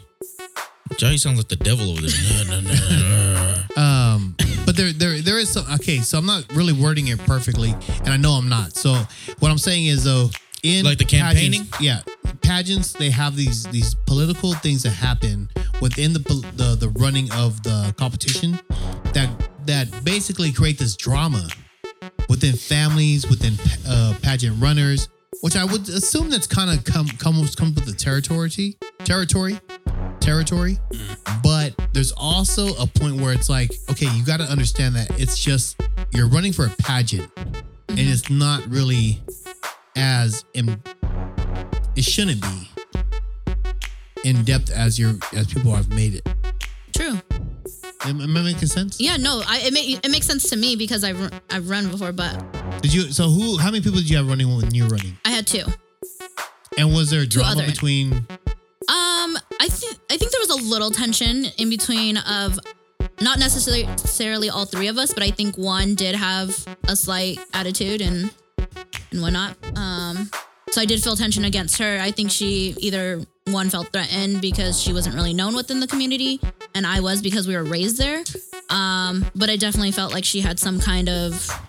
[SPEAKER 2] Johnny sounds like the devil over there. No, no, no, no.
[SPEAKER 1] Um, but there, there, there is some. Okay, so I'm not really wording it perfectly, and I know I'm not. So what I'm saying is though, in
[SPEAKER 2] Like the campaigning?
[SPEAKER 1] pageants, yeah, pageants they have these these political things that happen within the pol- the, the running of the competition that that basically create this drama within families, within uh, pageant runners, which I would assume that's kind of come comes comes with the territory territory territory. But there's also a point where it's like, okay, you got to understand that it's just you're running for a pageant, and
[SPEAKER 4] Mm-hmm.
[SPEAKER 1] it's not really as in, it shouldn't be in depth as your as people have made it.
[SPEAKER 4] true.
[SPEAKER 1] Am, am I making sense?
[SPEAKER 4] Yeah, no, I, it, ma- it makes sense to me because I've run- I've run before, but
[SPEAKER 1] Did you? So who? How many people did you have running when you were running?
[SPEAKER 4] I had two.
[SPEAKER 1] And was there drama
[SPEAKER 4] other-
[SPEAKER 1] between?
[SPEAKER 4] Um, I think I think there was a little tension in between of not necessarily necessarily all three of us, but I think one did have a slight attitude and and whatnot. Um, so I did feel tension against her. I think she either one felt threatened because she wasn't really known within the community, and I was because we were raised there. Um, but I definitely felt like she had some kind of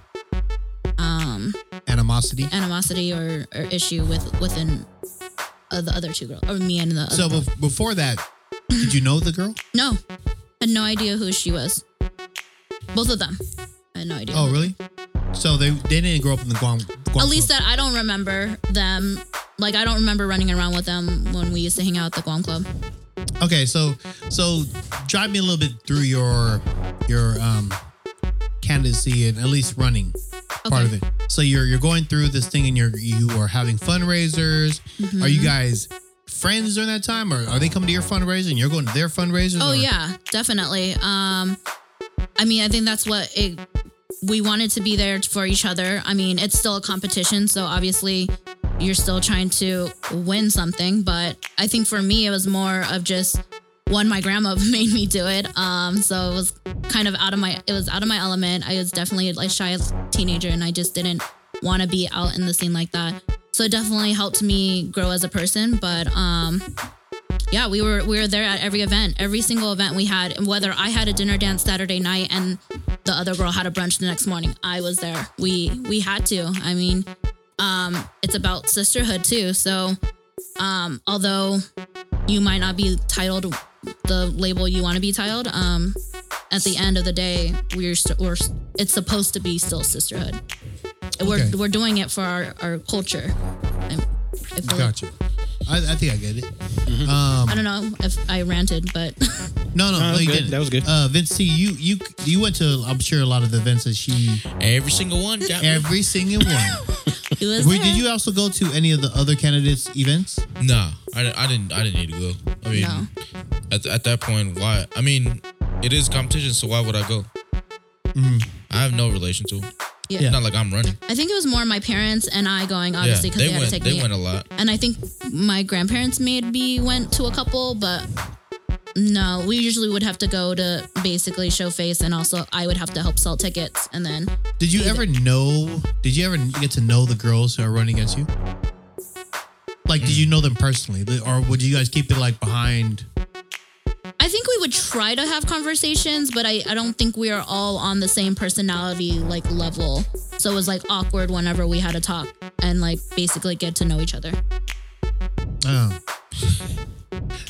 [SPEAKER 4] um,
[SPEAKER 1] Animosity.
[SPEAKER 4] animosity or, or issue with within uh, the other two girls, or me and the other.
[SPEAKER 1] So
[SPEAKER 4] girl.
[SPEAKER 1] bef- before that, did you know the girl?
[SPEAKER 4] no, had no idea who she was. Both of them, I had no idea.
[SPEAKER 1] Oh, really? So they they didn't grow up in the Guam. Guam
[SPEAKER 4] At least that I don't remember them. Like I don't remember running around with them when we used to hang out at the Guam Club.
[SPEAKER 1] that. Okay, so so drive me a little bit through your your um candidacy and at least running part of it. So you're you're going through this thing and you're you are having fundraisers.
[SPEAKER 4] Mm-hmm.
[SPEAKER 1] Are you guys friends during that time, or are they coming to your fundraiser and you're going to their fundraisers?
[SPEAKER 4] Oh
[SPEAKER 1] or-
[SPEAKER 4] yeah, definitely. Um, I mean, I think that's what it. We wanted to be there for each other. I mean, it's still a competition, so obviously, you're still trying to win something. But I think for me, it was more of just one. My grandma made me do it, um, so it was kind of out of my. It was out of my element. I was definitely a shy teenager, and I just didn't want to be out in the scene like that. So it definitely helped me grow as a person, but um, yeah, we were we were there at every event, every single event we had. And whether I had a dinner dance Saturday night and the other girl had a brunch the next morning, I was there. We we had to. I mean, um, it's about sisterhood too. So, um, although you might not be titled the label you want to be titled, um, at the end of the day, we're st- we're s- it's supposed to be still sisterhood. We're
[SPEAKER 1] Okay.
[SPEAKER 4] we're doing it for our our culture. I, I feel like-
[SPEAKER 1] gotcha. I, I think I get it. Um,
[SPEAKER 4] I don't know if I ranted, but
[SPEAKER 1] no, no,
[SPEAKER 3] that
[SPEAKER 1] no,
[SPEAKER 3] was
[SPEAKER 1] you
[SPEAKER 3] good.
[SPEAKER 1] didn't.
[SPEAKER 3] That was good.
[SPEAKER 1] Uh, Vince C, you you you went to I'm sure a lot of the events that she
[SPEAKER 2] Every single one got me.
[SPEAKER 1] every single one.
[SPEAKER 4] it was
[SPEAKER 1] Were,
[SPEAKER 4] there.
[SPEAKER 1] did you also go to any of the other candidates' events?
[SPEAKER 2] Nah, I, di- I didn't. I didn't need to go. I mean,
[SPEAKER 4] No.
[SPEAKER 2] at, at that point, why? I mean, it is competition, so why would I go?
[SPEAKER 1] Mm-hmm.
[SPEAKER 2] I have no relation to it.
[SPEAKER 4] Yeah.
[SPEAKER 2] It's Not like I'm running.
[SPEAKER 4] I think it was more my parents and I going, obviously,
[SPEAKER 2] yeah, they,
[SPEAKER 4] because they, had
[SPEAKER 2] went.
[SPEAKER 4] to take
[SPEAKER 2] they
[SPEAKER 4] me.
[SPEAKER 2] went a lot.
[SPEAKER 4] and I think my grandparents maybe went to a couple, but no, we usually would have to go to basically show face, and also I would have to help sell tickets, and then
[SPEAKER 1] Did you ever know? Did you ever get to know the girls who are running against you? Like, did you know them personally, or would you guys keep it like behind?
[SPEAKER 4] I think we would try to have conversations, but I, I don't think we are all on the same personality like level. So it was like awkward whenever we had to talk and like basically get to know each other.
[SPEAKER 1] Oh.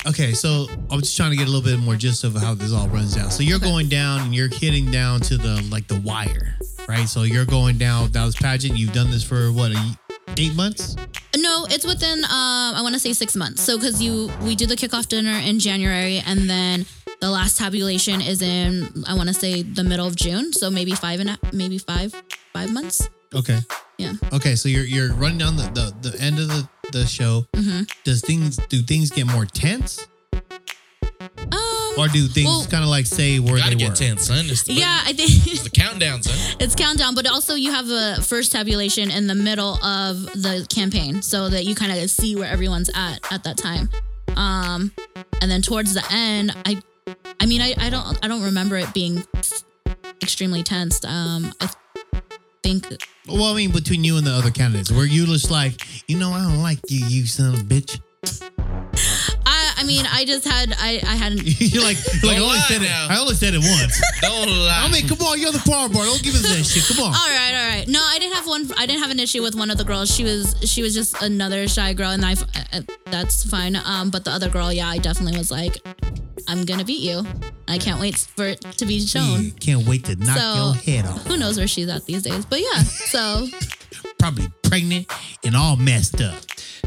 [SPEAKER 1] Okay, so I'm just trying to get a little bit more gist of how this all runs down. So you're going down and you're hitting down to the like the wire, right? So you're going down. That was pageant. You've done this for what, a, y- eight months?
[SPEAKER 4] No, it's within um I want to say six months. So because you we do the kickoff dinner in January, and then the last tabulation is in I want to say the middle of June. So maybe five and a, maybe five five months.
[SPEAKER 1] Okay.
[SPEAKER 4] Yeah.
[SPEAKER 1] Okay, so you're you're running down the the, the end of the the show.
[SPEAKER 4] Mm-hmm.
[SPEAKER 1] Does things do things get more tense,
[SPEAKER 4] Um.
[SPEAKER 1] or do things
[SPEAKER 4] Well-
[SPEAKER 1] kind of like say where
[SPEAKER 2] Gotta
[SPEAKER 1] they
[SPEAKER 2] get
[SPEAKER 1] were?
[SPEAKER 2] tense, son. It's the,
[SPEAKER 4] yeah, I
[SPEAKER 2] It's
[SPEAKER 4] think
[SPEAKER 2] the countdown, son.
[SPEAKER 4] it's countdown, but also you have a first tabulation in the middle of the campaign, so that you kind of see where everyone's at at that time. Um, and then towards the end, I, I mean, I, I don't I don't remember it being extremely tense. Um, I think
[SPEAKER 1] Well, I mean, between you and the other candidates, were you just like, you know, I don't like you, you son of a bitch.
[SPEAKER 4] I I mean I just had I I hadn't
[SPEAKER 1] you're like, you're like I
[SPEAKER 2] Don't
[SPEAKER 1] only
[SPEAKER 2] lie
[SPEAKER 1] said it.
[SPEAKER 2] now.
[SPEAKER 1] I only said it once.
[SPEAKER 2] Don't lie.
[SPEAKER 1] I mean, come on, you're the farm boy. Don't give us that shit. Come on.
[SPEAKER 2] Ah,
[SPEAKER 4] All right, all right. No, I didn't have one. I didn't have an issue with one of the girls. She was she was just another shy girl, and I uh, that's fine. Um, but the other girl, yeah, I definitely was like, I'm gonna beat you. I can't wait for it to be
[SPEAKER 1] Yeah,
[SPEAKER 4] shown.
[SPEAKER 1] can't wait to knock
[SPEAKER 4] So-
[SPEAKER 1] your head off.
[SPEAKER 4] Who knows where she's at these days? But yeah, so
[SPEAKER 1] Probably pregnant and all messed up.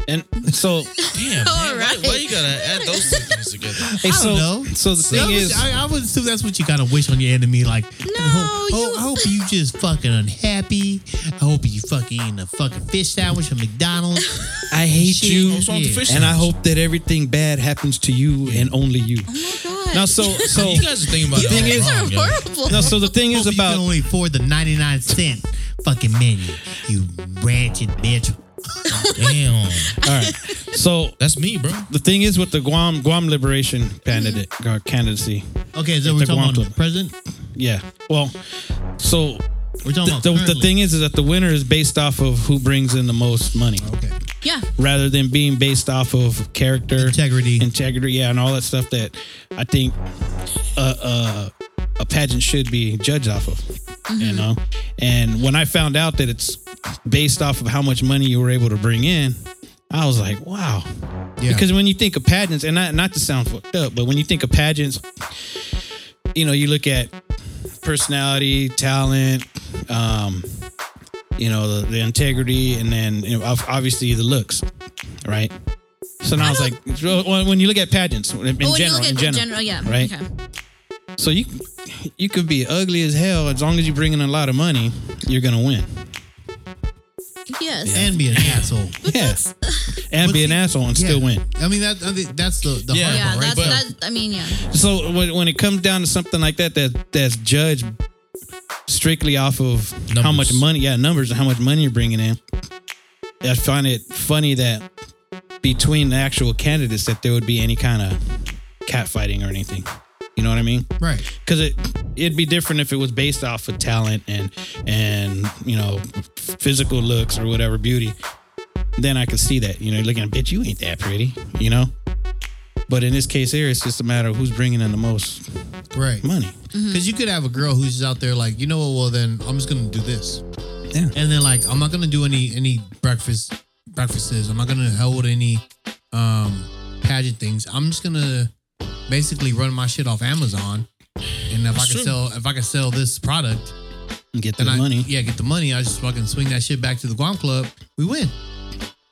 [SPEAKER 3] And so,
[SPEAKER 2] Damn,
[SPEAKER 4] All
[SPEAKER 2] man,
[SPEAKER 4] right. Oh
[SPEAKER 2] why, why you gotta add those two things together?
[SPEAKER 3] hey,
[SPEAKER 1] I
[SPEAKER 3] so,
[SPEAKER 1] don't know.
[SPEAKER 3] so the
[SPEAKER 1] That
[SPEAKER 3] thing
[SPEAKER 1] was-
[SPEAKER 3] is,
[SPEAKER 1] I, I would assume that's what you kind of wish on your enemy. Like, no, I hope,
[SPEAKER 4] you-
[SPEAKER 1] oh, I hope you just fucking unhappy. I hope you fucking eating a fucking fish sandwich from McDonald's.
[SPEAKER 3] I hate
[SPEAKER 1] Shit.
[SPEAKER 3] you,
[SPEAKER 2] What's wrong with the fish
[SPEAKER 3] and I
[SPEAKER 2] sandwich?
[SPEAKER 3] hope that everything bad happens to you and only you.
[SPEAKER 4] oh my god,
[SPEAKER 3] Now, so, so,
[SPEAKER 2] You guys are thinking about
[SPEAKER 3] The
[SPEAKER 2] it
[SPEAKER 3] thing
[SPEAKER 2] all
[SPEAKER 3] is-
[SPEAKER 2] wrong,
[SPEAKER 4] they're
[SPEAKER 2] yo.
[SPEAKER 4] horrible.
[SPEAKER 3] now, so the thing is
[SPEAKER 1] hope you
[SPEAKER 3] about
[SPEAKER 1] can only afford the ninety nine cent fucking menu. You ratchet bitch.
[SPEAKER 2] Damn.
[SPEAKER 3] All right. So
[SPEAKER 2] That's me, bro.
[SPEAKER 3] the thing is with the Guam Guam Liberation candidate or candidacy.
[SPEAKER 1] Okay, so we're
[SPEAKER 3] the
[SPEAKER 1] talking about
[SPEAKER 3] Guam
[SPEAKER 1] the president.
[SPEAKER 3] Yeah. Well, so
[SPEAKER 1] We're talking
[SPEAKER 3] the,
[SPEAKER 1] about
[SPEAKER 3] the, the
[SPEAKER 1] currently.
[SPEAKER 3] thing is is that the winner is based off of who brings in the most money
[SPEAKER 1] Okay,
[SPEAKER 4] Yeah.
[SPEAKER 3] rather than being based off of character,
[SPEAKER 1] integrity.
[SPEAKER 3] integrity, yeah, and all that stuff that I think a a, a pageant should be judged off of. You know, and when I found out that it's based off of how much money you were able to bring in, I was like, wow.
[SPEAKER 1] yeah,
[SPEAKER 3] Because when you think of pageants, and not, not to sound fucked up, but when you think of pageants, you know, you look at personality, talent, um, you know, the, the integrity, and then you know, ob- obviously the looks, right? So now I was like, well, when you look at pageants in, in
[SPEAKER 4] But when
[SPEAKER 3] general,
[SPEAKER 4] you
[SPEAKER 3] in
[SPEAKER 4] look at
[SPEAKER 3] general,
[SPEAKER 4] the Oh, general, yeah.
[SPEAKER 3] right?
[SPEAKER 4] Okay.
[SPEAKER 3] so you you could be ugly as hell as long as you bring in a lot of money, you're gonna win.
[SPEAKER 4] Yes.
[SPEAKER 1] and be an asshole.
[SPEAKER 3] Yeah, and be an asshole and still
[SPEAKER 1] Yeah.
[SPEAKER 3] win.
[SPEAKER 1] I mean that. I think that's the the
[SPEAKER 2] Yeah.
[SPEAKER 1] hard
[SPEAKER 4] Yeah,
[SPEAKER 1] part, right?
[SPEAKER 4] that's
[SPEAKER 2] But-
[SPEAKER 4] that. I mean, yeah.
[SPEAKER 3] So when, when it comes down to something like that, that that's judged strictly off of how
[SPEAKER 2] Numbers.
[SPEAKER 3] much money, yeah, numbers and how much money you're bringing in. I find it funny that between the actual candidates that there would be any kind of catfighting or anything. You know what I mean?
[SPEAKER 1] right.
[SPEAKER 3] Because it it'd be different if it was based off of talent and and you know physical looks or whatever beauty. Then I could see that. You know, looking at bitch, you ain't that pretty. You know. But in this case here, it's just a matter of who's bringing in the most
[SPEAKER 1] Right.
[SPEAKER 3] money.
[SPEAKER 1] Because you could have a girl who's just out there like, you know what? Well, then I'm just gonna do this,
[SPEAKER 3] Yeah.
[SPEAKER 1] and then like I'm not gonna do any any breakfast breakfasts. I'm not gonna hold any um pageant things. I'm just gonna basically run my shit off Amazon, and if I
[SPEAKER 2] That's
[SPEAKER 1] can
[SPEAKER 2] true.
[SPEAKER 1] sell if I can sell this product,
[SPEAKER 3] And get the
[SPEAKER 1] then I
[SPEAKER 3] money.
[SPEAKER 1] yeah get the money. I just fucking swing that shit back to the Guam Club. We win.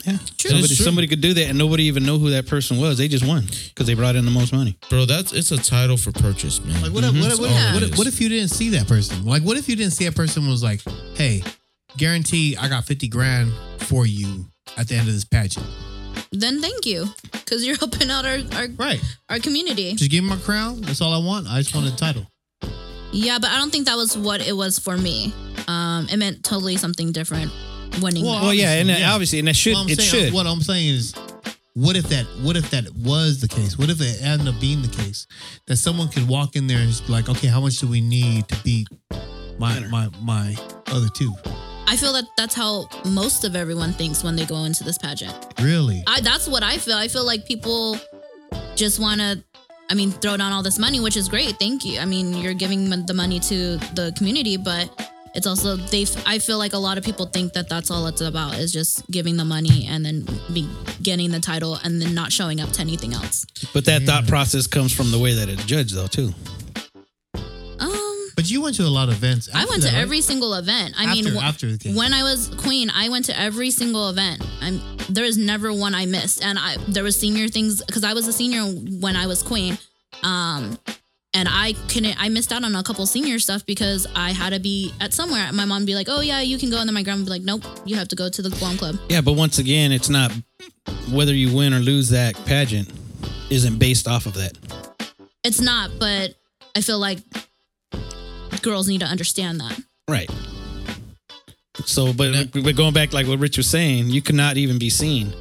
[SPEAKER 3] Yeah.
[SPEAKER 2] It's
[SPEAKER 3] Somebody,
[SPEAKER 2] true.
[SPEAKER 3] somebody could do that and nobody even know who that person was. They just won because they brought in the most money.
[SPEAKER 2] Bro, that's it's a title for purchase, man.
[SPEAKER 1] Like what if,
[SPEAKER 3] Mm-hmm.
[SPEAKER 1] what, if, what, if-
[SPEAKER 4] Yeah.
[SPEAKER 1] what if, what if you didn't see that person? Like what if you didn't see that person was like, hey, guarantee I got fifty grand for you at the end of this pageant.
[SPEAKER 4] Then thank you, because you're helping out our our,
[SPEAKER 1] Right.
[SPEAKER 4] our community.
[SPEAKER 1] Just give me my crown. That's all I want. I just want a title.
[SPEAKER 4] Yeah, but I don't think that was what it was for me. Um, it meant totally something different. Winning.
[SPEAKER 1] Well,
[SPEAKER 4] that.
[SPEAKER 3] Well, yeah, and
[SPEAKER 1] Obviously, yeah.
[SPEAKER 3] obviously, and that should
[SPEAKER 1] Well, I'm
[SPEAKER 3] it
[SPEAKER 1] saying,
[SPEAKER 3] should.
[SPEAKER 1] What I'm saying is, what if that? What if that was the case? What if it ended up being the case that someone could walk in there and just be like, okay, how much do we need to beat my
[SPEAKER 3] Winner.
[SPEAKER 1] my my other two?
[SPEAKER 4] I feel that that's how most of everyone thinks when they go into this pageant.
[SPEAKER 1] Really?
[SPEAKER 4] I that's what I feel. I feel like people just want to I mean throw down all this money, which is great. Thank you. I mean, you're giving mon- the money to the community, but it's also they f- I feel like a lot of people think that that's all it's about is just giving the money and then be getting the title and then not showing up to anything else.
[SPEAKER 3] but that thought process comes from the way that it's judged, though, too.
[SPEAKER 4] Um
[SPEAKER 1] But you went to a lot of events.
[SPEAKER 4] I
[SPEAKER 1] after
[SPEAKER 4] went
[SPEAKER 1] that,
[SPEAKER 4] to
[SPEAKER 1] right?
[SPEAKER 4] every single event. I mean,
[SPEAKER 1] After-
[SPEAKER 4] wh-
[SPEAKER 1] after the game.
[SPEAKER 4] when I was queen, I went to every single event. I'm there is never one I missed, and I there was senior things because I was a senior when I was queen, um, and I couldn't. I missed out on a couple senior stuff because I had to be at somewhere. My mom would be like, "Oh yeah, you can go," and then my grandma would be like, "Nope, you have to go to the Guam Club."
[SPEAKER 3] Yeah, but once again, it's not whether you win or lose that pageant isn't based off of that.
[SPEAKER 4] It's not, but I feel like girls need to understand that.
[SPEAKER 3] Right. So, but but going back like what Rich was saying, you could not even be seen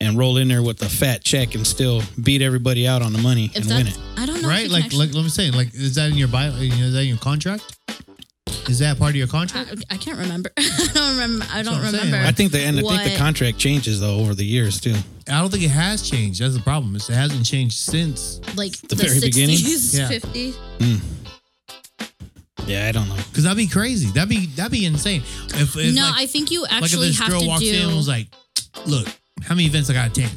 [SPEAKER 3] and roll in there with a fat check and still beat everybody out on the money
[SPEAKER 4] If
[SPEAKER 3] and
[SPEAKER 4] that's,
[SPEAKER 3] win it.
[SPEAKER 4] I don't know. if
[SPEAKER 1] right?
[SPEAKER 4] you can
[SPEAKER 1] Like,
[SPEAKER 4] actually-
[SPEAKER 1] like, let me say, like, is that in your bio? Is that in your contract? Is that part of your contract?
[SPEAKER 4] I, I can't remember. I don't remember. I don't
[SPEAKER 1] what I'm saying,
[SPEAKER 4] remember.
[SPEAKER 1] like-
[SPEAKER 3] I think the and I think
[SPEAKER 4] What?
[SPEAKER 3] the contract changes though over the years too.
[SPEAKER 4] Uh,
[SPEAKER 1] I don't think it has changed. That's the problem. It's, it hasn't changed since
[SPEAKER 4] like
[SPEAKER 3] The very beginning?
[SPEAKER 4] 60s,
[SPEAKER 1] Yeah.
[SPEAKER 4] 50s.
[SPEAKER 3] Yeah, I don't know.
[SPEAKER 1] because that'd be crazy. That'd be that'd be insane. If, if
[SPEAKER 4] no,
[SPEAKER 1] like,
[SPEAKER 4] I think you
[SPEAKER 1] like if
[SPEAKER 4] actually
[SPEAKER 1] this
[SPEAKER 4] have
[SPEAKER 1] girl
[SPEAKER 4] to
[SPEAKER 1] walks in and was
[SPEAKER 4] do.
[SPEAKER 1] like, "Look, how many events I got? Ten,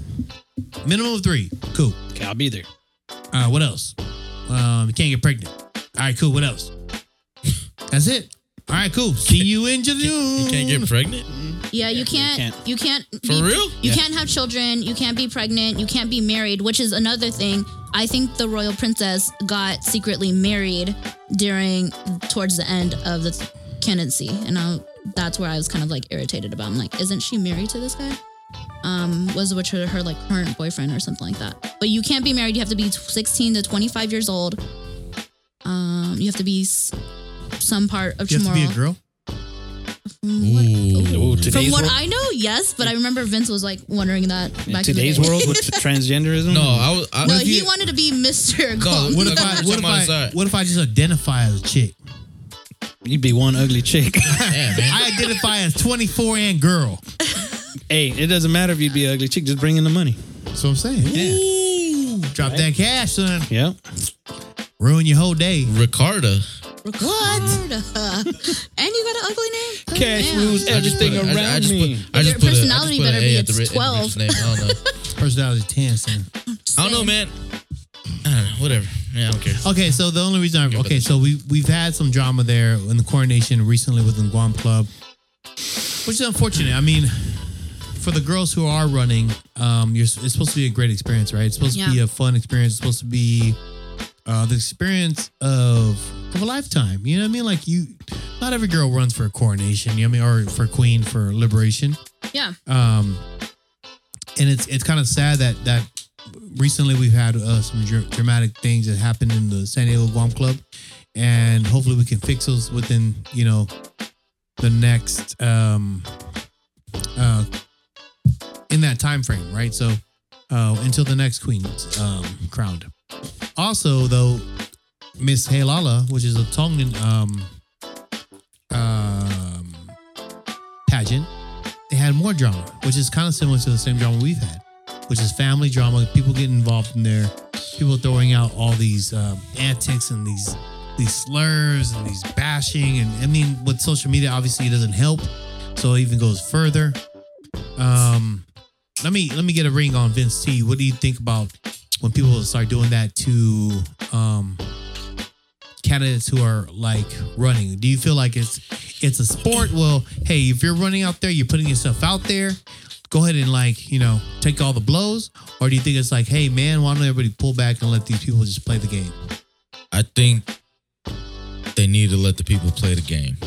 [SPEAKER 1] minimum of three. Cool.
[SPEAKER 3] Okay, I'll be there.
[SPEAKER 1] Uh, what else? Um, you can't get pregnant. All right, cool. What else? That's it. All right, cool. See you in June.
[SPEAKER 2] you can't get pregnant?
[SPEAKER 4] Yeah, you can't.
[SPEAKER 3] can't.
[SPEAKER 4] You can't.
[SPEAKER 2] For real?
[SPEAKER 4] You
[SPEAKER 3] Yeah.
[SPEAKER 4] can't have children. You can't be pregnant. You can't be married, which is another thing. I think the royal princess got secretly married during towards the end of the candidacy, and I, that's where I was kind of like irritated about. I'm like, isn't she married to this guy? Um, was which her, her like current boyfriend or something like that. But you can't be married. You have to be 16 to 25 years old. Um, you have to be s- some part of
[SPEAKER 1] You have to
[SPEAKER 4] tomorrow.
[SPEAKER 1] be a girl.
[SPEAKER 4] Mm, what-
[SPEAKER 2] Ooh.
[SPEAKER 4] ooh. From
[SPEAKER 3] today's
[SPEAKER 4] what
[SPEAKER 3] world,
[SPEAKER 4] I know, yes, but I remember Vince was like wondering that
[SPEAKER 3] in
[SPEAKER 4] back
[SPEAKER 3] today's
[SPEAKER 4] in the day.
[SPEAKER 3] world with transgenderism.
[SPEAKER 2] No, Oh, I was. I,
[SPEAKER 4] No,
[SPEAKER 2] if
[SPEAKER 4] he
[SPEAKER 2] you-
[SPEAKER 4] wanted to be Mr.
[SPEAKER 2] No,
[SPEAKER 4] Kong.
[SPEAKER 1] What
[SPEAKER 2] No,
[SPEAKER 1] if
[SPEAKER 2] no,
[SPEAKER 1] I
[SPEAKER 2] it's
[SPEAKER 1] what
[SPEAKER 2] on
[SPEAKER 1] if
[SPEAKER 2] my
[SPEAKER 1] I
[SPEAKER 2] side.
[SPEAKER 1] what if I just identify as a chick?
[SPEAKER 3] you'd be one ugly chick.
[SPEAKER 2] Yeah, man.
[SPEAKER 1] I identify as 24 and girl.
[SPEAKER 3] hey, it doesn't matter if you'd be an ugly chick. Just bring in the money.
[SPEAKER 1] That's what I'm saying. Ooh, drop that cash, son.
[SPEAKER 3] Yeah.
[SPEAKER 1] Ruin your whole day.
[SPEAKER 2] Ricardo.
[SPEAKER 4] Ricardo. and you got an ugly name? Oh, God
[SPEAKER 3] Cash
[SPEAKER 4] damn.
[SPEAKER 3] rules
[SPEAKER 2] I just put
[SPEAKER 3] everything
[SPEAKER 2] a- I-
[SPEAKER 3] around
[SPEAKER 2] I just put-
[SPEAKER 3] me.
[SPEAKER 2] I
[SPEAKER 4] Your
[SPEAKER 2] just put a- I just
[SPEAKER 4] personality
[SPEAKER 2] put an
[SPEAKER 4] better
[SPEAKER 2] A
[SPEAKER 4] be
[SPEAKER 2] at the
[SPEAKER 4] it's
[SPEAKER 2] ri- at the
[SPEAKER 4] 12.
[SPEAKER 2] bitch's name. I don't know.
[SPEAKER 1] Personality 10, son.
[SPEAKER 2] I don't know, man. I don't know. Whatever. Yeah, I don't care.
[SPEAKER 1] Okay, so the only reason I
[SPEAKER 2] but-
[SPEAKER 1] okay, so we we've had some drama there in the coronation recently with the Guam Club, which is unfortunate. I mean, for the girls who are running, um, you're it's supposed to be a great experience, right? It's supposed to be
[SPEAKER 4] Yeah.
[SPEAKER 1] a fun experience. It's supposed to be uh, the experience of of a lifetime. You know what I mean? Like you, not every girl runs for a coronation. You know what I mean? Or for queen for liberation
[SPEAKER 4] Yeah.
[SPEAKER 1] um, and it's it's kind of sad that that recently we've had uh, some dr- dramatic things that happened in the San Diego Guam Club, and hopefully we can fix those within you know the next um, uh, in that time frame, right? So uh, until the next queen's um, crowned. Also, though, Miss Halala, which is a Tongan um, um, pageant, they had more drama, which is kind of similar to the same drama we've had, which is family drama. People getting involved in there, people throwing out all these um, antics and these these slurs and these bashing, and I mean, with social media, obviously, it doesn't help. So it even goes further. Um, let me let me get a ring on Vince T. What do you think about when people start doing that to um, candidates who are like running? Do you feel like it's it's a sport? Well, hey, if you're running out there, you're putting yourself out there. Go ahead and like you know take all the blows, or do you think it's like, hey man, why don't everybody pull back and let these people just play the game?
[SPEAKER 2] I think they need to let the people play the game.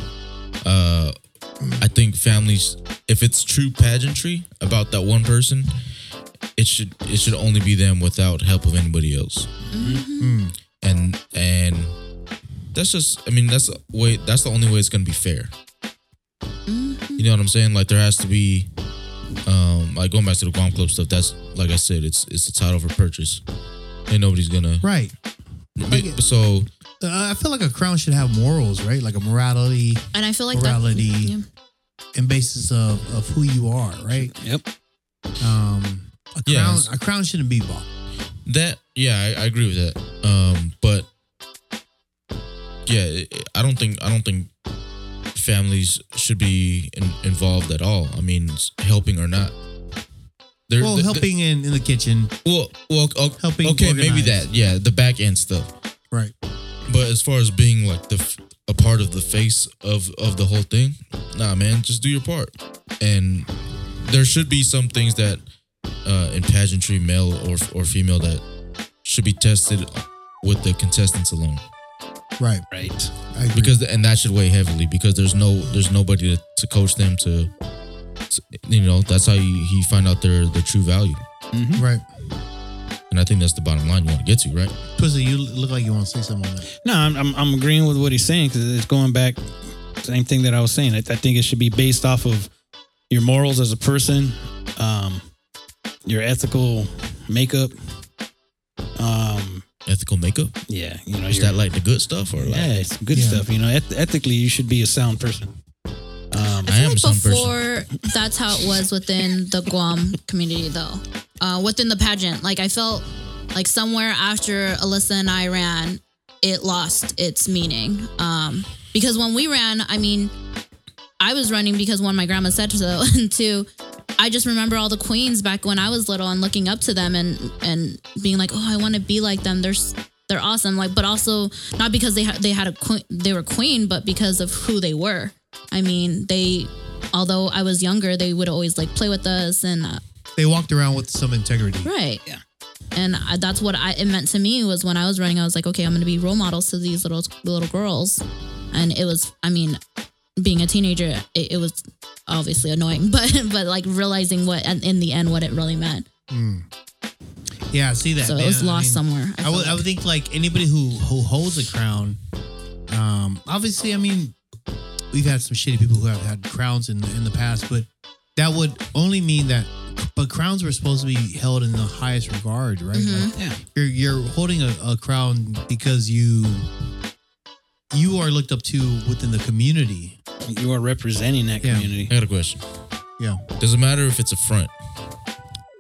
[SPEAKER 2] Uh, I think families, if it's true pageantry about that one person, it should it should only be them without help of anybody else. And and that's just, I mean, that's the way that's the only way it's gonna be fair. You know what I'm saying? Like there has to be, um, like going back to the Guam Club stuff. That's like I said, it's it's a title for purchase, and nobody's gonna.
[SPEAKER 1] Right.
[SPEAKER 2] Right. So
[SPEAKER 1] Uh, I feel like a crown should have morals, right? Like a morality
[SPEAKER 4] And I feel like
[SPEAKER 1] Morality.
[SPEAKER 4] that. Yeah.
[SPEAKER 1] and basis of of who you are, right?
[SPEAKER 3] Yep.
[SPEAKER 1] Um, a
[SPEAKER 2] Yeah.
[SPEAKER 1] crown a crown shouldn't be bought.
[SPEAKER 2] That yeah, I, I agree with that. Um, but yeah, it- it- I don't think I don't think families should be in, involved at all. I mean, s- helping or not. They're,
[SPEAKER 1] Well,
[SPEAKER 2] they- they-
[SPEAKER 1] helping in in the kitchen,
[SPEAKER 2] well, well, o-
[SPEAKER 1] helping
[SPEAKER 2] Okay, maybe
[SPEAKER 1] organize.
[SPEAKER 2] that. Yeah, the back end stuff.
[SPEAKER 1] right?
[SPEAKER 2] But as far as being like the f- a part of the face of of the whole thing, nah, man, just do your part. And there should be some things that uh, in pageantry, male or or female, that should be tested with the contestants alone
[SPEAKER 1] Right.
[SPEAKER 3] Right.
[SPEAKER 1] I agree.
[SPEAKER 2] because and that should weigh heavily because there's no there's nobody to, to coach them to, to- you know that's how you, he find out their their true value
[SPEAKER 1] right.
[SPEAKER 2] and I think that's the bottom line you want to get to right
[SPEAKER 1] Pussy, you look like you want to say something on that.
[SPEAKER 3] No, I'm, I'm, I'm agreeing with what he's saying because it's going back same thing that I was saying. I, I think it should be based off of your morals as a person, um, your ethical makeup. Um,
[SPEAKER 2] ethical makeup
[SPEAKER 3] yeah, you know,
[SPEAKER 2] is
[SPEAKER 3] your-
[SPEAKER 2] that like the good stuff or like
[SPEAKER 3] yeah, it's good
[SPEAKER 1] Yeah.
[SPEAKER 3] stuff. You know, eth- ethically, you should be a sound person. Um,
[SPEAKER 2] I
[SPEAKER 4] I feel
[SPEAKER 2] am
[SPEAKER 4] like
[SPEAKER 2] some person.
[SPEAKER 4] before that's how it was within the Guam community, though. Uh, within the pageant, like I felt like somewhere after Alyssa and I ran, it lost its meaning. Um, because when we ran, I mean, I was running because one, my grandma said so, and two, I just remember all the queens back when I was little and looking up to them and and being like, oh, I want to be like them. They're s- they're awesome. Like, but also not because they had they had a queen, they were queen, but because of who they were. I mean, they although I was younger, they would always like play with us and uh,
[SPEAKER 1] They walked around with some integrity.
[SPEAKER 4] right.
[SPEAKER 3] Yeah.
[SPEAKER 4] And I, that's what I it meant to me was when I was running, I was like, okay, I'm gonna be role models to these little little girls, and it was, I mean, being a teenager, it, it was obviously annoying, but but like realizing what and in the end what it really meant.
[SPEAKER 1] Yeah, I see that.
[SPEAKER 4] So it
[SPEAKER 1] man.
[SPEAKER 4] was lost
[SPEAKER 1] I mean,
[SPEAKER 4] somewhere. I,
[SPEAKER 1] I would, I Uh, would think like anybody who who holds a crown, um, obviously, I mean, we've had some shitty people who have had crowns in the, in the past, but that would only mean that. But crowns were supposed to be held in the highest regard, right?
[SPEAKER 4] Mhm.
[SPEAKER 1] Like,
[SPEAKER 3] Yeah.
[SPEAKER 1] you're you're holding a, a crown because you you are looked up to within the community.
[SPEAKER 3] You are representing that
[SPEAKER 1] Yeah.
[SPEAKER 3] community.
[SPEAKER 2] I got a question.
[SPEAKER 1] Yeah,
[SPEAKER 2] Does it matter if it's a front?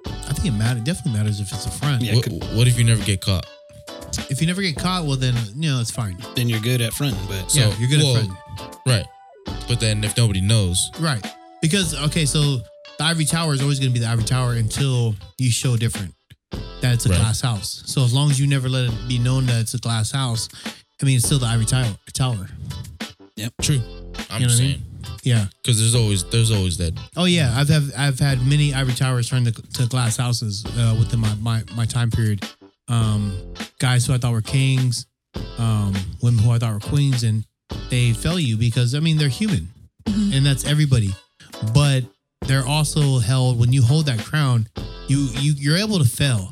[SPEAKER 1] I think it matters. Definitely matters if it's a front.
[SPEAKER 3] Yeah.
[SPEAKER 2] What, what if you never get caught?
[SPEAKER 1] If you never get caught, well then you know it's fine.
[SPEAKER 3] Then you're good at front, but
[SPEAKER 2] So,
[SPEAKER 1] yeah, you're good
[SPEAKER 2] well,
[SPEAKER 1] at front.
[SPEAKER 2] Right. But then if nobody knows,
[SPEAKER 1] Right. Because okay, so the ivory tower is always going to be the ivory tower until you show different that it's a
[SPEAKER 2] Right.
[SPEAKER 1] glass house. So as long as you never let it be known that it's a glass house, I mean it's still the ivory tower. Tower.
[SPEAKER 2] true. I'm
[SPEAKER 1] You know what I
[SPEAKER 2] just
[SPEAKER 1] mean?
[SPEAKER 2] saying
[SPEAKER 1] Yeah.
[SPEAKER 2] because there's always there's always that.
[SPEAKER 1] Oh yeah, I've have I've had many ivory towers turned to, to glass houses uh, within my, my my time period. Um, guys who I thought were kings, um, women who I thought were queens, and they fail you because I mean they're human,
[SPEAKER 4] Mhm.
[SPEAKER 1] and that's everybody. But they're also held when you hold that crown, you you you're able to fail.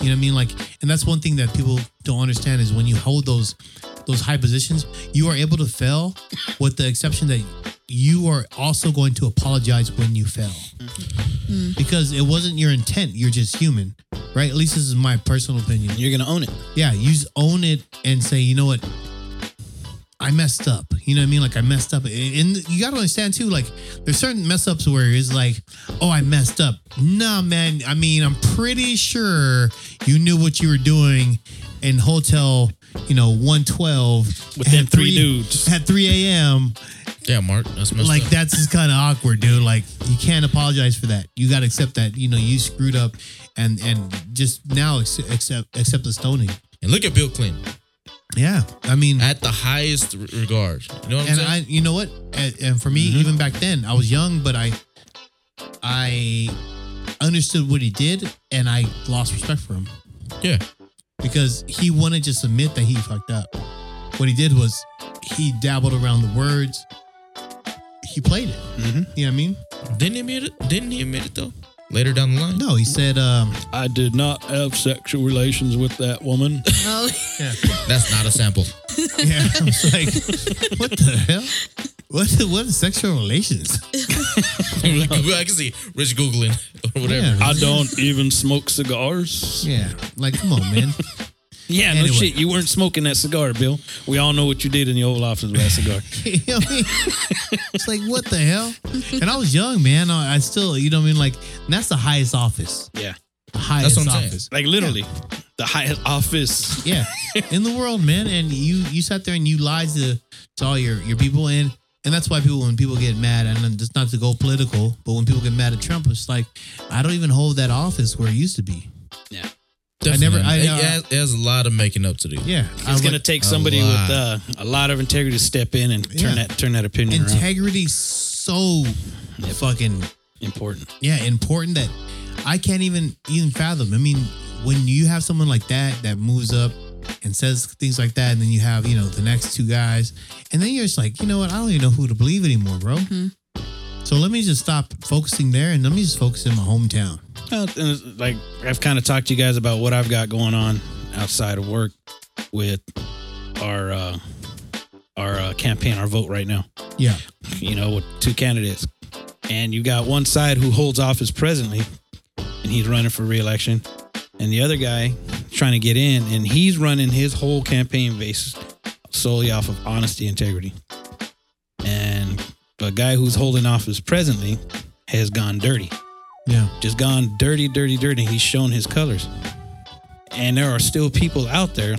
[SPEAKER 1] You know what I mean? Like, and that's one thing that people don't understand is when you hold those those high positions, you are able to fail, with the exception that you are also going to apologize when you fail
[SPEAKER 4] Mm.
[SPEAKER 1] because it wasn't your intent. You're just human, right? At least this is my personal opinion.
[SPEAKER 3] you're gonna own it.
[SPEAKER 1] Yeah, you just own it and say, you know what, I messed up. You know what I mean? Like I messed up, and you gotta understand too. Like there's certain mess ups where it's like, oh, I messed up. Nah, man. I mean, I'm pretty sure you knew what you were doing in hotel, you know, one twelve
[SPEAKER 3] With them three dudes.
[SPEAKER 1] at three a.m
[SPEAKER 2] Yeah, Mark, that's messed
[SPEAKER 1] like
[SPEAKER 2] up.
[SPEAKER 1] that's just kind of awkward, dude. Like you can't apologize for that. You got to accept that you know you screwed up, and and just now ac- accept accept the stoning.
[SPEAKER 2] And look at Bill Clinton
[SPEAKER 1] Yeah, I mean,
[SPEAKER 2] at the highest re- regard. You know what I'm
[SPEAKER 1] and
[SPEAKER 2] saying?
[SPEAKER 1] I, you know what, and, and for me, even back then, I was young, but I, I understood what he did, and I lost respect for him
[SPEAKER 2] yeah,
[SPEAKER 1] because he wouldn't just admit that he fucked up. What he did was he dabbled around the words. He played it.
[SPEAKER 3] Mhm.
[SPEAKER 1] You know what I mean?
[SPEAKER 2] didn't he admit it? Didn't he admit it though? Later down the line.
[SPEAKER 1] No, he said, um,
[SPEAKER 3] I did not have sexual relations with that woman.
[SPEAKER 4] Oh,
[SPEAKER 1] yeah.
[SPEAKER 2] That's not a sample.
[SPEAKER 1] Yeah, I was like, what the hell? What the, what is sexual relations?
[SPEAKER 2] I can see Rich googling or whatever.
[SPEAKER 1] Yeah.
[SPEAKER 3] I don't even smoke cigars.
[SPEAKER 1] Yeah, like come on, man.
[SPEAKER 3] Yeah,
[SPEAKER 1] Anyway.
[SPEAKER 3] no shit. You weren't smoking that cigar, Bill. We all know what you did in the Oval Office with that cigar.
[SPEAKER 1] You know what I mean? It's like what the hell? And I was young, man. I, I still, you know what I mean? Like and that's the highest office,
[SPEAKER 3] Yeah,
[SPEAKER 1] the highest
[SPEAKER 2] what I'm saying.
[SPEAKER 1] office.
[SPEAKER 3] like literally, the highest office.
[SPEAKER 1] Yeah, in the world, man. And you you sat there and you lied to to all your your people, and and that's why people when people get mad, and then just not to go political, but when people get mad at Trump, it's like I don't even hold that office where it used to be.
[SPEAKER 2] Definitely.
[SPEAKER 1] never- I, uh,
[SPEAKER 2] it, has, it has a lot of making up to do.
[SPEAKER 1] Yeah, I
[SPEAKER 3] It's
[SPEAKER 1] would-
[SPEAKER 3] gonna take somebody
[SPEAKER 2] A
[SPEAKER 3] with
[SPEAKER 2] lot.
[SPEAKER 3] uh, a lot of integrity to step in and turn
[SPEAKER 1] Yeah.
[SPEAKER 3] that turn that opinion around.
[SPEAKER 1] integrity so fucking
[SPEAKER 3] Important.
[SPEAKER 1] yeah important that I can't even even fathom. I mean, when you have someone like that that moves up and says things like that, and then you have you know the next two guys, and then you're just like, you know what? I don't even know who to believe anymore, bro.
[SPEAKER 4] Mhm.
[SPEAKER 1] So let me just stop focusing there, and let me just focus in my hometown.
[SPEAKER 3] Well, and it's like I've kind of talked to you guys about what I've got going on outside of work with our uh, our uh, campaign, our vote right now.
[SPEAKER 1] Yeah,
[SPEAKER 3] You know, with two candidates, and you got one side who holds office presently, and he's running for reelection, and the other guy trying to get in, and he's running his whole campaign based solely off of honesty, integrity, and the guy who's holding office presently has gone dirty
[SPEAKER 1] yeah,
[SPEAKER 3] just gone dirty, dirty, dirty. He's shown his colors. And there are still people out there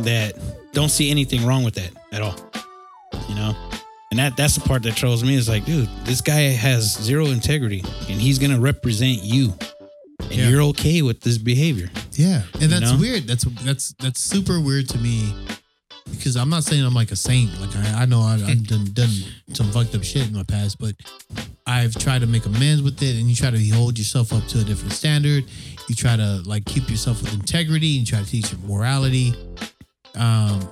[SPEAKER 3] that don't see anything wrong with that at all. You know? And that that's the part that trolls me is like, dude, this guy has zero integrity and he's gonna represent you. And
[SPEAKER 1] Yeah.
[SPEAKER 3] you're okay with this behavior.
[SPEAKER 1] yeah. And that's
[SPEAKER 3] know?
[SPEAKER 1] weird. That's that's that's super weird to me. Because I'm not saying I'm like a saint. Like I, I know I, I've done, done some fucked up shit in my past, but I've tried to make amends with it, and you try to hold yourself up to a different standard. You try to like keep yourself with integrity, and try to teach morality. Um,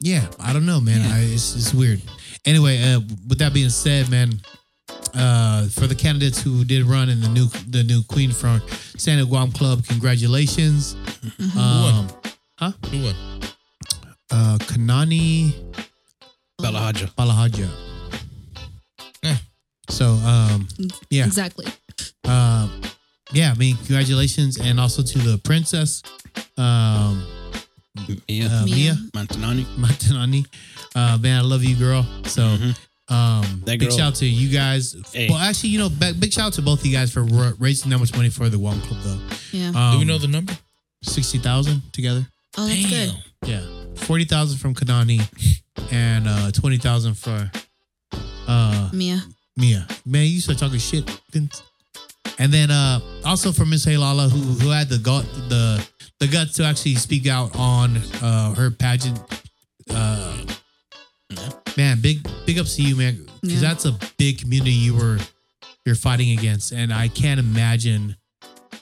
[SPEAKER 1] yeah, I don't know, man. I, it's, it's weird. Anyway, uh, with that being said, man, uh, for the candidates who did run in the new the new queen from Santa Guam Club, congratulations.
[SPEAKER 4] Mm-hmm.
[SPEAKER 1] Um,
[SPEAKER 2] Who won?
[SPEAKER 1] uh, Kanani
[SPEAKER 3] Bella Balahaja.
[SPEAKER 1] Balahaja.
[SPEAKER 2] Eh.
[SPEAKER 1] So, um, Yeah.
[SPEAKER 4] Exactly.
[SPEAKER 1] uh, yeah, I mean, congratulations, and also to the princess, um,
[SPEAKER 3] Yeah.
[SPEAKER 1] uh, Mia
[SPEAKER 4] Mia.
[SPEAKER 3] Montanani.
[SPEAKER 1] Matanani. Uh, man, I love you, girl. So,
[SPEAKER 2] Mm-hmm.
[SPEAKER 1] um,
[SPEAKER 3] That
[SPEAKER 1] big
[SPEAKER 3] girl-
[SPEAKER 1] shout out to you guys.
[SPEAKER 3] Hey.
[SPEAKER 1] Well, actually, you know, ba- big shout out to both of you guys for ra- raising that much money for the One Club, though.
[SPEAKER 4] Yeah.
[SPEAKER 1] Um,
[SPEAKER 2] Do we know the number?
[SPEAKER 1] sixty thousand together?
[SPEAKER 4] oh, that's good.
[SPEAKER 1] Yeah, forty thousand from Kanani, and uh, twenty thousand for uh,
[SPEAKER 4] Mia.
[SPEAKER 1] Mia. Man, you start talking shit. Vince. And then uh, also for Miss Haylala, who who had the gut the the guts to actually speak out on uh, her pageant. Uh, man, big big ups to you, man, because
[SPEAKER 4] Yeah.
[SPEAKER 1] that's a big community you were you're fighting against, and I can't imagine,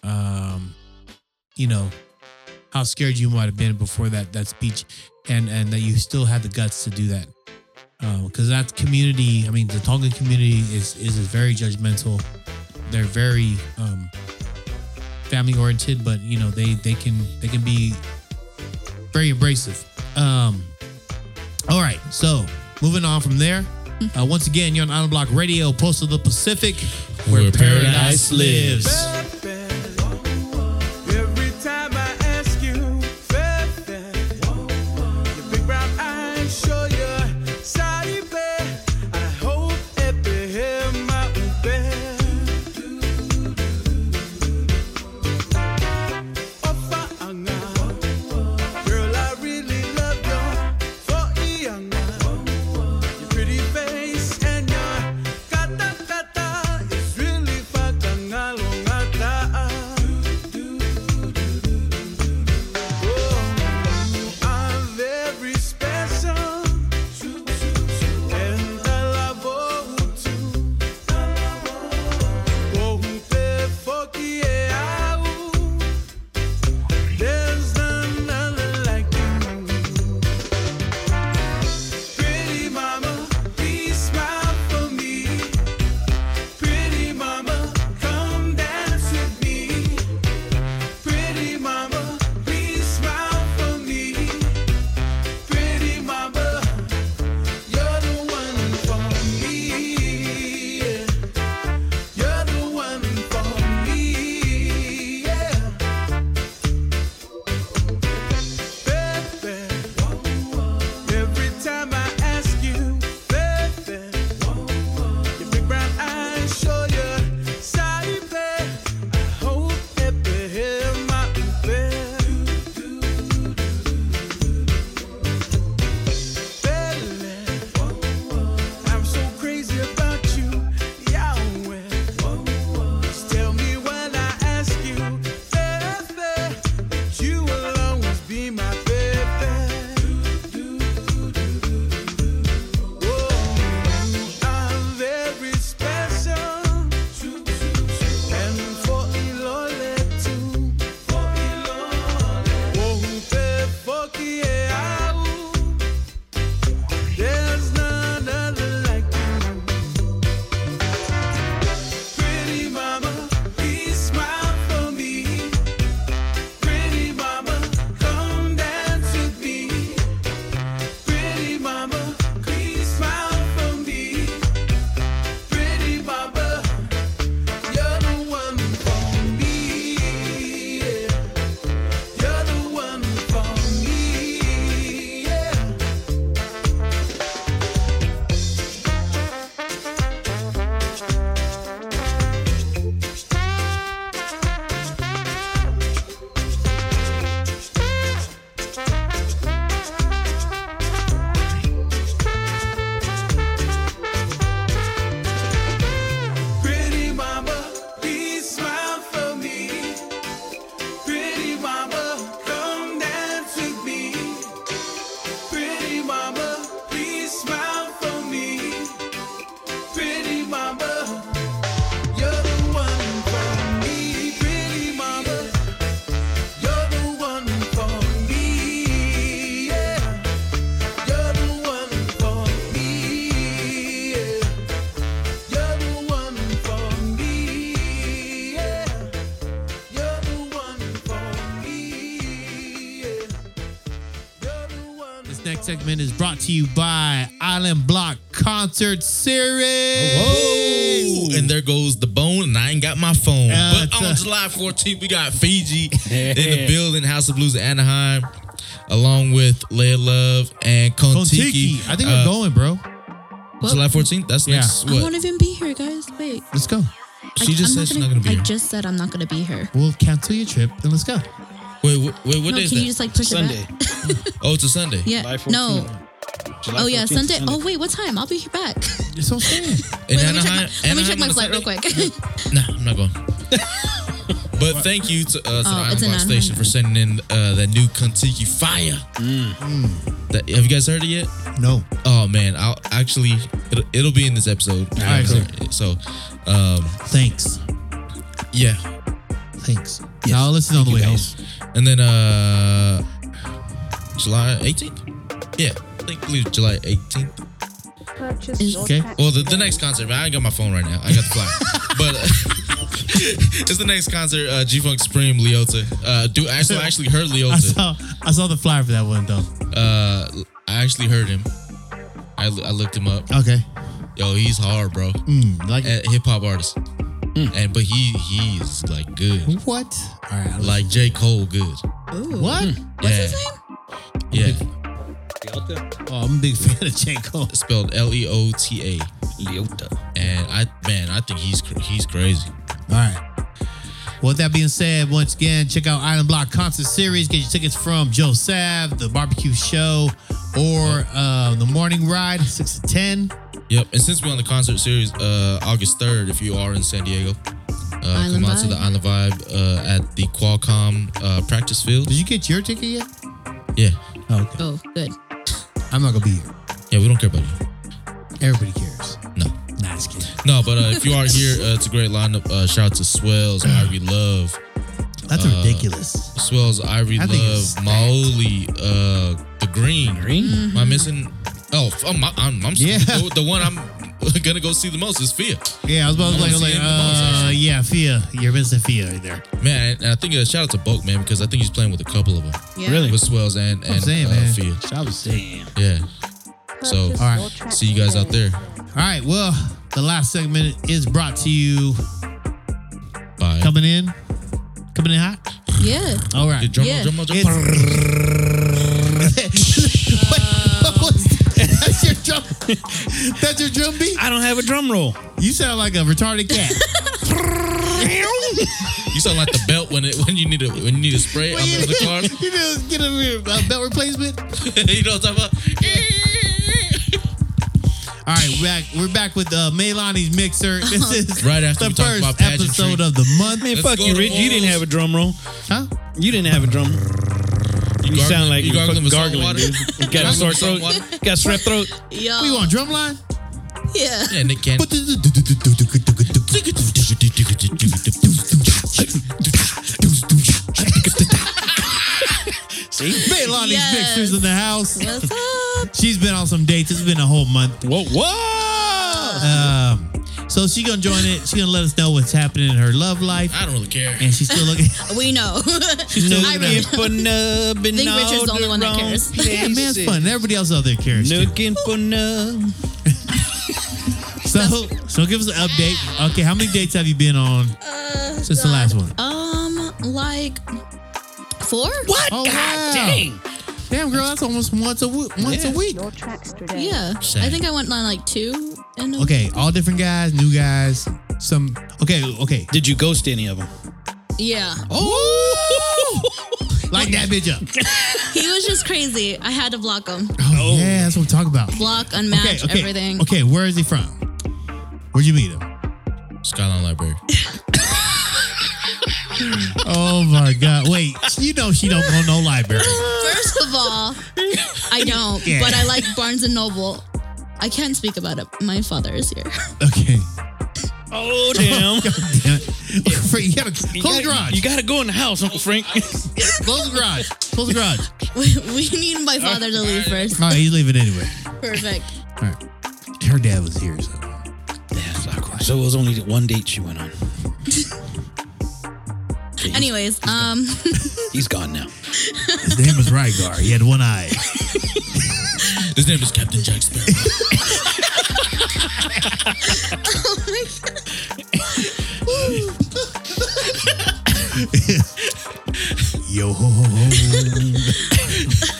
[SPEAKER 1] um, you know, how scared you might have been before that that speech, and and that you still had the guts to do that because that community, I mean, the Tongan community is is very judgmental. They're very um, family oriented, but you know they they can they can be very abrasive. Um, all right, so moving on from there. Uh, once again, you're on Island Block Radio, Post of the Pacific, where,
[SPEAKER 2] Where
[SPEAKER 1] paradise,
[SPEAKER 2] paradise
[SPEAKER 1] lives.
[SPEAKER 5] Every time I ask you, Fefe, your big brown eyes show your side, I hope every hair my Girl, I really love your forearm, your pretty face and your kata kata is really fucking along. Oh,
[SPEAKER 1] Next segment is brought to you by Island Block Concert Series.
[SPEAKER 2] Whoa! Oh, And there goes the bone, and I ain't got my phone.
[SPEAKER 1] Yeah,
[SPEAKER 2] but
[SPEAKER 1] it's
[SPEAKER 2] on
[SPEAKER 1] a-
[SPEAKER 2] July 14th, we got Fiji in the building, House of Blues in Anaheim, along with Lead Love and Kontiki.
[SPEAKER 1] Contiki. I think I'm
[SPEAKER 2] Uh,
[SPEAKER 1] going, bro.
[SPEAKER 2] July 14th. That's
[SPEAKER 1] Yeah.
[SPEAKER 2] next.
[SPEAKER 4] I
[SPEAKER 2] What?
[SPEAKER 4] won't even be here, guys. Wait.
[SPEAKER 1] Let's go.
[SPEAKER 2] She
[SPEAKER 4] I,
[SPEAKER 2] just
[SPEAKER 4] I'm
[SPEAKER 2] said she's not gonna be
[SPEAKER 4] I
[SPEAKER 2] here.
[SPEAKER 4] just said I'm not gonna be here.
[SPEAKER 1] We'll cancel your trip and let's go.
[SPEAKER 2] Wait, wait, wait, what
[SPEAKER 4] no,
[SPEAKER 2] day is
[SPEAKER 4] can you
[SPEAKER 2] that?
[SPEAKER 4] just like push
[SPEAKER 3] Sunday.
[SPEAKER 4] it back?
[SPEAKER 2] Oh, it's a Sunday.
[SPEAKER 4] Yeah.
[SPEAKER 3] July 14th.
[SPEAKER 4] No.
[SPEAKER 3] July
[SPEAKER 4] Oh yeah,
[SPEAKER 3] 14th,
[SPEAKER 4] Sunday. Oh wait, what time? I'll be here back.
[SPEAKER 1] It's so sad.
[SPEAKER 2] In
[SPEAKER 4] Wait, let me check
[SPEAKER 2] Anaheim.
[SPEAKER 4] my, let me check
[SPEAKER 2] Anaheim
[SPEAKER 4] my
[SPEAKER 2] on a
[SPEAKER 4] flight real
[SPEAKER 2] Sunday?
[SPEAKER 4] quick.
[SPEAKER 2] Nah, I'm not going. But thank you to, uh, to the
[SPEAKER 4] Oh,
[SPEAKER 2] Island
[SPEAKER 4] it's in
[SPEAKER 2] Block Station
[SPEAKER 4] Anaheim.
[SPEAKER 2] for sending in uh, that new Kontiki Fire.
[SPEAKER 1] Mm.
[SPEAKER 2] That, have you guys heard it yet?
[SPEAKER 1] no.
[SPEAKER 2] Oh man, I'll actually it'll, it'll be in this episode.
[SPEAKER 1] right,
[SPEAKER 2] So, um,
[SPEAKER 1] Thanks.
[SPEAKER 2] yeah,
[SPEAKER 1] Thanks. Now I'll listen on the way home.
[SPEAKER 3] guys.
[SPEAKER 2] and then uh, July 18th. Yeah, I think I believe July 18th.
[SPEAKER 4] Is-
[SPEAKER 1] Okay.
[SPEAKER 2] Well, the, the next concert, man. I ain't got my phone right now. I got the flyer, but uh, it's the next concert. Uh, G Funk Supreme, Leota. Uh, do actually, I actually heard
[SPEAKER 1] I
[SPEAKER 2] Leota.
[SPEAKER 1] saw I saw the flyer for that one though.
[SPEAKER 2] Uh, I actually heard him. I, I looked him up.
[SPEAKER 1] Okay.
[SPEAKER 2] Yo, he's hard, bro.
[SPEAKER 1] Mm, like
[SPEAKER 2] Hip hop artist, and but he he's like good.
[SPEAKER 1] what? All right. Hmm. Like
[SPEAKER 2] like J. Cole good.
[SPEAKER 4] Ooh.
[SPEAKER 1] what?
[SPEAKER 4] What's
[SPEAKER 2] yeah.
[SPEAKER 4] his name?
[SPEAKER 2] Yeah.
[SPEAKER 1] Oh, I'm a big fan of J. Cole.
[SPEAKER 2] It's spelled L E O T A.
[SPEAKER 3] Leota.
[SPEAKER 2] And I man, I think he's cr- he's crazy.
[SPEAKER 1] All right. Well, with that being said, once again, check out Island Block Concert Series. Get your tickets from Joe Sav, The Barbecue Show, or uh, The Morning Ride, 6 to 10.
[SPEAKER 2] Yep. And since we're on the concert series, uh August 3rd, if you are in San Diego, uh,
[SPEAKER 4] Island
[SPEAKER 2] come out to
[SPEAKER 4] Vibe.
[SPEAKER 2] the Island Vibe uh, at the Qualcomm uh, practice field.
[SPEAKER 1] Did you get your ticket yet?
[SPEAKER 2] Yeah.
[SPEAKER 1] Oh, okay.
[SPEAKER 4] Oh, good.
[SPEAKER 1] I'm not going to be here.
[SPEAKER 2] Yeah, we don't care about you.
[SPEAKER 1] Everybody cares.
[SPEAKER 2] No.
[SPEAKER 1] Nah, just kidding.
[SPEAKER 2] No, but uh, if you are here, uh, it's a great lineup. Uh, shout out to Swells, Ivory Love.
[SPEAKER 1] That's
[SPEAKER 2] Uh,
[SPEAKER 1] ridiculous.
[SPEAKER 2] Swells, Ivory
[SPEAKER 1] I think it's
[SPEAKER 2] Love,
[SPEAKER 1] stacked.
[SPEAKER 2] Maoli, uh, The Green.
[SPEAKER 3] Green.
[SPEAKER 2] Am I missing? Oh, f- I'm, I'm, I'm
[SPEAKER 1] Yeah.
[SPEAKER 2] the, the one I'm gonna go see the most is Fear.
[SPEAKER 1] Yeah, I was about to
[SPEAKER 2] I
[SPEAKER 1] like,
[SPEAKER 2] wanna
[SPEAKER 1] I was
[SPEAKER 2] see
[SPEAKER 1] like
[SPEAKER 2] him in the balls,
[SPEAKER 1] uh,
[SPEAKER 2] actually.
[SPEAKER 1] yeah, Fia. You're missing Fia right there.
[SPEAKER 2] Man, and I think uh, shout out to Bulk, man, because I think he's playing with a couple of them,
[SPEAKER 4] Yeah.
[SPEAKER 3] Really?
[SPEAKER 2] with Swells and and
[SPEAKER 1] I'm saying,
[SPEAKER 2] uh,
[SPEAKER 1] man.
[SPEAKER 2] Fear.
[SPEAKER 1] I was saying.
[SPEAKER 2] Yeah. So,
[SPEAKER 1] All right.
[SPEAKER 2] see you guys out there.
[SPEAKER 1] All right. Well, the last segment is brought to you
[SPEAKER 2] Bye.
[SPEAKER 1] coming in. Coming in hot.
[SPEAKER 4] Yeah.
[SPEAKER 1] All right.
[SPEAKER 2] Drum,
[SPEAKER 4] Yeah.
[SPEAKER 2] roll, drum, roll, drum.
[SPEAKER 1] It's- What- what was that? That's your drum. That's your drum beat.
[SPEAKER 3] I don't have a drum roll.
[SPEAKER 1] You sound like a retarded cat.
[SPEAKER 2] You sound like the belt when it when you need a when you need a spray on
[SPEAKER 1] you,
[SPEAKER 2] the, the car.
[SPEAKER 1] you just get a uh, belt replacement.
[SPEAKER 2] you know what I'm talking
[SPEAKER 1] All right, we're back. We're back with uh, Melani's mixer. This is
[SPEAKER 2] Right after
[SPEAKER 1] the
[SPEAKER 2] we talk
[SPEAKER 1] first
[SPEAKER 2] about pageantry.
[SPEAKER 1] episode of the month.
[SPEAKER 3] Man,
[SPEAKER 2] Let's
[SPEAKER 3] fuck
[SPEAKER 2] go
[SPEAKER 3] you,
[SPEAKER 2] to
[SPEAKER 3] Rich. You didn't
[SPEAKER 2] balls.
[SPEAKER 3] have a drum roll.
[SPEAKER 1] Huh?
[SPEAKER 3] You didn't have a drum. roll.
[SPEAKER 2] about?
[SPEAKER 3] You sound like
[SPEAKER 2] you
[SPEAKER 3] you're
[SPEAKER 2] gargling with salt
[SPEAKER 3] fucking gargling,
[SPEAKER 2] water?
[SPEAKER 3] dude. You got a
[SPEAKER 2] Gargling
[SPEAKER 3] sore
[SPEAKER 2] with salt
[SPEAKER 3] throat.
[SPEAKER 2] water?
[SPEAKER 3] Got strep throat.
[SPEAKER 4] Yo.
[SPEAKER 1] We want drumline.
[SPEAKER 4] Yeah.
[SPEAKER 2] Yeah, Nick Cannon.
[SPEAKER 1] Melani's
[SPEAKER 4] Yes.
[SPEAKER 1] mixers in the house.
[SPEAKER 4] What's up?
[SPEAKER 1] She's been on some dates. It's been a whole month.
[SPEAKER 3] Whoa, whoa.
[SPEAKER 1] Um, so she's gonna join it. She's gonna let us know what's happening in her love life,
[SPEAKER 2] I don't really care.
[SPEAKER 1] and she's still looking.
[SPEAKER 4] We know.
[SPEAKER 1] still
[SPEAKER 4] I
[SPEAKER 1] looking
[SPEAKER 4] really-
[SPEAKER 1] at-
[SPEAKER 3] for nub in
[SPEAKER 4] think
[SPEAKER 3] all
[SPEAKER 4] Richard's the only one that
[SPEAKER 3] wrong
[SPEAKER 4] cares.
[SPEAKER 1] Yeah, man, it's
[SPEAKER 3] places.
[SPEAKER 1] fun. Everybody else out there cares. too.
[SPEAKER 3] Looking for nub.
[SPEAKER 1] So, so give us an update. Okay, how many dates have you been on
[SPEAKER 4] Uh,
[SPEAKER 1] since the last one?
[SPEAKER 4] um, like four?
[SPEAKER 3] What?
[SPEAKER 1] Oh,
[SPEAKER 3] God
[SPEAKER 1] wow.
[SPEAKER 3] dang.
[SPEAKER 1] Damn, girl, that's almost once a w- once
[SPEAKER 3] Yeah.
[SPEAKER 1] a week.
[SPEAKER 6] Your tracks today.
[SPEAKER 4] Yeah.
[SPEAKER 2] Same.
[SPEAKER 4] I think I went on like two. And
[SPEAKER 1] Okay, all different guys, new guys. Some okay, okay.
[SPEAKER 3] Did you ghost any of them?
[SPEAKER 4] Yeah.
[SPEAKER 3] Oh.
[SPEAKER 1] Light that bitch up.
[SPEAKER 4] He was just crazy. I had to block him.
[SPEAKER 1] Oh, yeah, that's what I'm talking about.
[SPEAKER 4] Block, unmatch,
[SPEAKER 1] okay,
[SPEAKER 4] everything.
[SPEAKER 1] Okay, where is he from? Where'd you meet him?
[SPEAKER 2] Skyline Library.
[SPEAKER 1] Oh my god. Wait, you know she don't go no library.
[SPEAKER 4] First of all, I don't,
[SPEAKER 1] Yeah.
[SPEAKER 4] but I like Barnes and Noble. I can speak about it. My father is here.
[SPEAKER 1] Okay.
[SPEAKER 3] Oh, damn.
[SPEAKER 1] God damn it. Frank, you gotta close
[SPEAKER 3] You
[SPEAKER 1] the
[SPEAKER 3] gotta-
[SPEAKER 1] garage.
[SPEAKER 3] You gotta go in the house, Uncle Frank.
[SPEAKER 1] close the garage. Close the garage.
[SPEAKER 4] We, we need my father to leave first.
[SPEAKER 1] All right, he's leaving anyway.
[SPEAKER 4] Perfect.
[SPEAKER 1] All right. Her dad was here, so
[SPEAKER 3] That's awkward. So it was only the one date she went on.
[SPEAKER 4] Anyways, um,
[SPEAKER 3] He's gone now.
[SPEAKER 1] His name was Rygar. He had one eye.
[SPEAKER 2] His name is Captain Jack Sparrow.
[SPEAKER 1] Yo ho ho ho.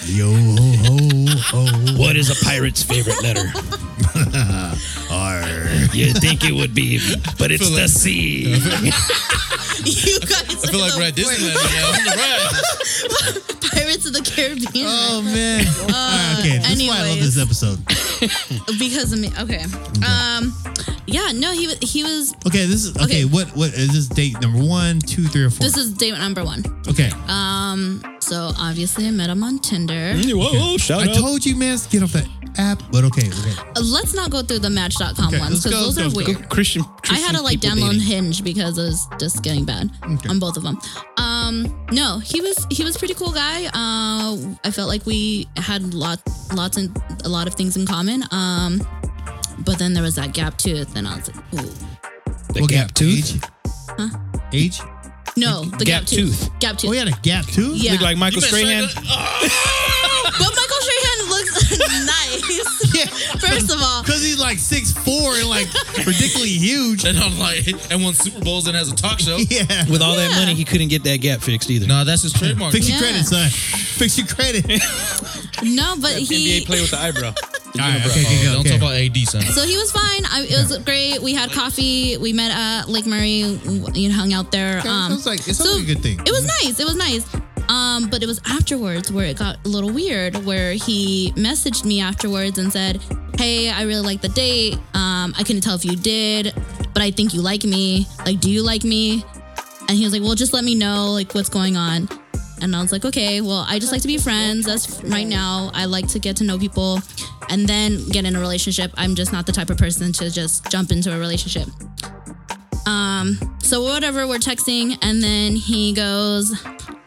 [SPEAKER 1] Yo ho ho ho.
[SPEAKER 3] What is a pirate's favorite letter?
[SPEAKER 1] Arr.
[SPEAKER 3] You think it would be, but it's the C.
[SPEAKER 4] you guys
[SPEAKER 2] I feel
[SPEAKER 4] are
[SPEAKER 2] like we're at
[SPEAKER 4] the worst.
[SPEAKER 2] Disneyland right now. On the ride.
[SPEAKER 4] Pirates of the Caribbean.
[SPEAKER 1] Oh man. All right, okay. This is why I love
[SPEAKER 4] Uh, anyways.
[SPEAKER 1] this episode.
[SPEAKER 4] Because of me. Okay. Um, yeah, no, he was, he was,
[SPEAKER 1] Okay, this is okay.
[SPEAKER 4] Okay.
[SPEAKER 1] What what is this date number one, two, three, or four?
[SPEAKER 4] this is uh, date number one.
[SPEAKER 1] okay.
[SPEAKER 4] So obviously I met him on Tinder.
[SPEAKER 1] Hmm?
[SPEAKER 3] Mm, Whoa, whoa, shout
[SPEAKER 1] I told you, man, to get off that app. But okay, okay.
[SPEAKER 4] Uh, Let's not go through the match.com
[SPEAKER 1] Okay,
[SPEAKER 4] ones
[SPEAKER 1] let's
[SPEAKER 4] because
[SPEAKER 1] go,
[SPEAKER 4] those
[SPEAKER 1] let's
[SPEAKER 4] are
[SPEAKER 1] go, let's
[SPEAKER 4] weird.
[SPEAKER 3] Christian,
[SPEAKER 4] I had to like
[SPEAKER 3] people
[SPEAKER 4] download
[SPEAKER 3] dating.
[SPEAKER 4] Hinge because it was just getting bad on both of them. Um, no, he was he was a pretty cool guy. Uh, I felt like we had lot lots and a lot of things in common. Um, but then there was that gap tooth, and I was like, ooh.
[SPEAKER 3] The
[SPEAKER 1] What
[SPEAKER 3] gap tooth.
[SPEAKER 1] Age? Age?
[SPEAKER 4] No, the gap,
[SPEAKER 3] Gap
[SPEAKER 4] tooth.
[SPEAKER 3] tooth.
[SPEAKER 4] Gap tooth.
[SPEAKER 1] Oh, he had a gap too.
[SPEAKER 4] Yeah.
[SPEAKER 3] Look like Michael
[SPEAKER 2] You better
[SPEAKER 3] Strahan.
[SPEAKER 2] straighten
[SPEAKER 1] Oh.
[SPEAKER 2] up.
[SPEAKER 4] But Michael Strahan looks nice. First of all,
[SPEAKER 1] Because he's like six four and like ridiculously huge.
[SPEAKER 2] And I'm like, and won Super Bowls and has a talk show.
[SPEAKER 1] Yeah.
[SPEAKER 3] With all that
[SPEAKER 4] Yeah.
[SPEAKER 3] money, he couldn't get that gap fixed either.
[SPEAKER 2] Nah, that's his trademark.
[SPEAKER 1] Fix your
[SPEAKER 4] Yeah.
[SPEAKER 1] credit, son. Fix your credit. All
[SPEAKER 4] no, but he.
[SPEAKER 3] NBA play with the eyebrow.
[SPEAKER 1] right,
[SPEAKER 2] Oh,
[SPEAKER 1] okay, okay, okay.
[SPEAKER 2] Don't talk about AD, son.
[SPEAKER 4] So he was fine. I, it was great. We had coffee. We met at Lake Murray. You know, hung out there.
[SPEAKER 1] Okay,
[SPEAKER 4] Um,
[SPEAKER 1] sounds like- it sounds like a good thing.
[SPEAKER 4] It was nice. It was nice. Um, but it was afterwards where it got a little weird. Where he messaged me afterwards and said, "Hey, I really like the date. Um, I couldn't tell if you did, but I think you like me. Like, do you like me?" And he was like, "Well, just let me know like what's going on." And I was like, "Okay, well, I just like to be friends. That's right now. I like to get to know people and then get in a relationship. I'm just not the type of person to just jump into a relationship." Um, so whatever, we're texting and then he goes,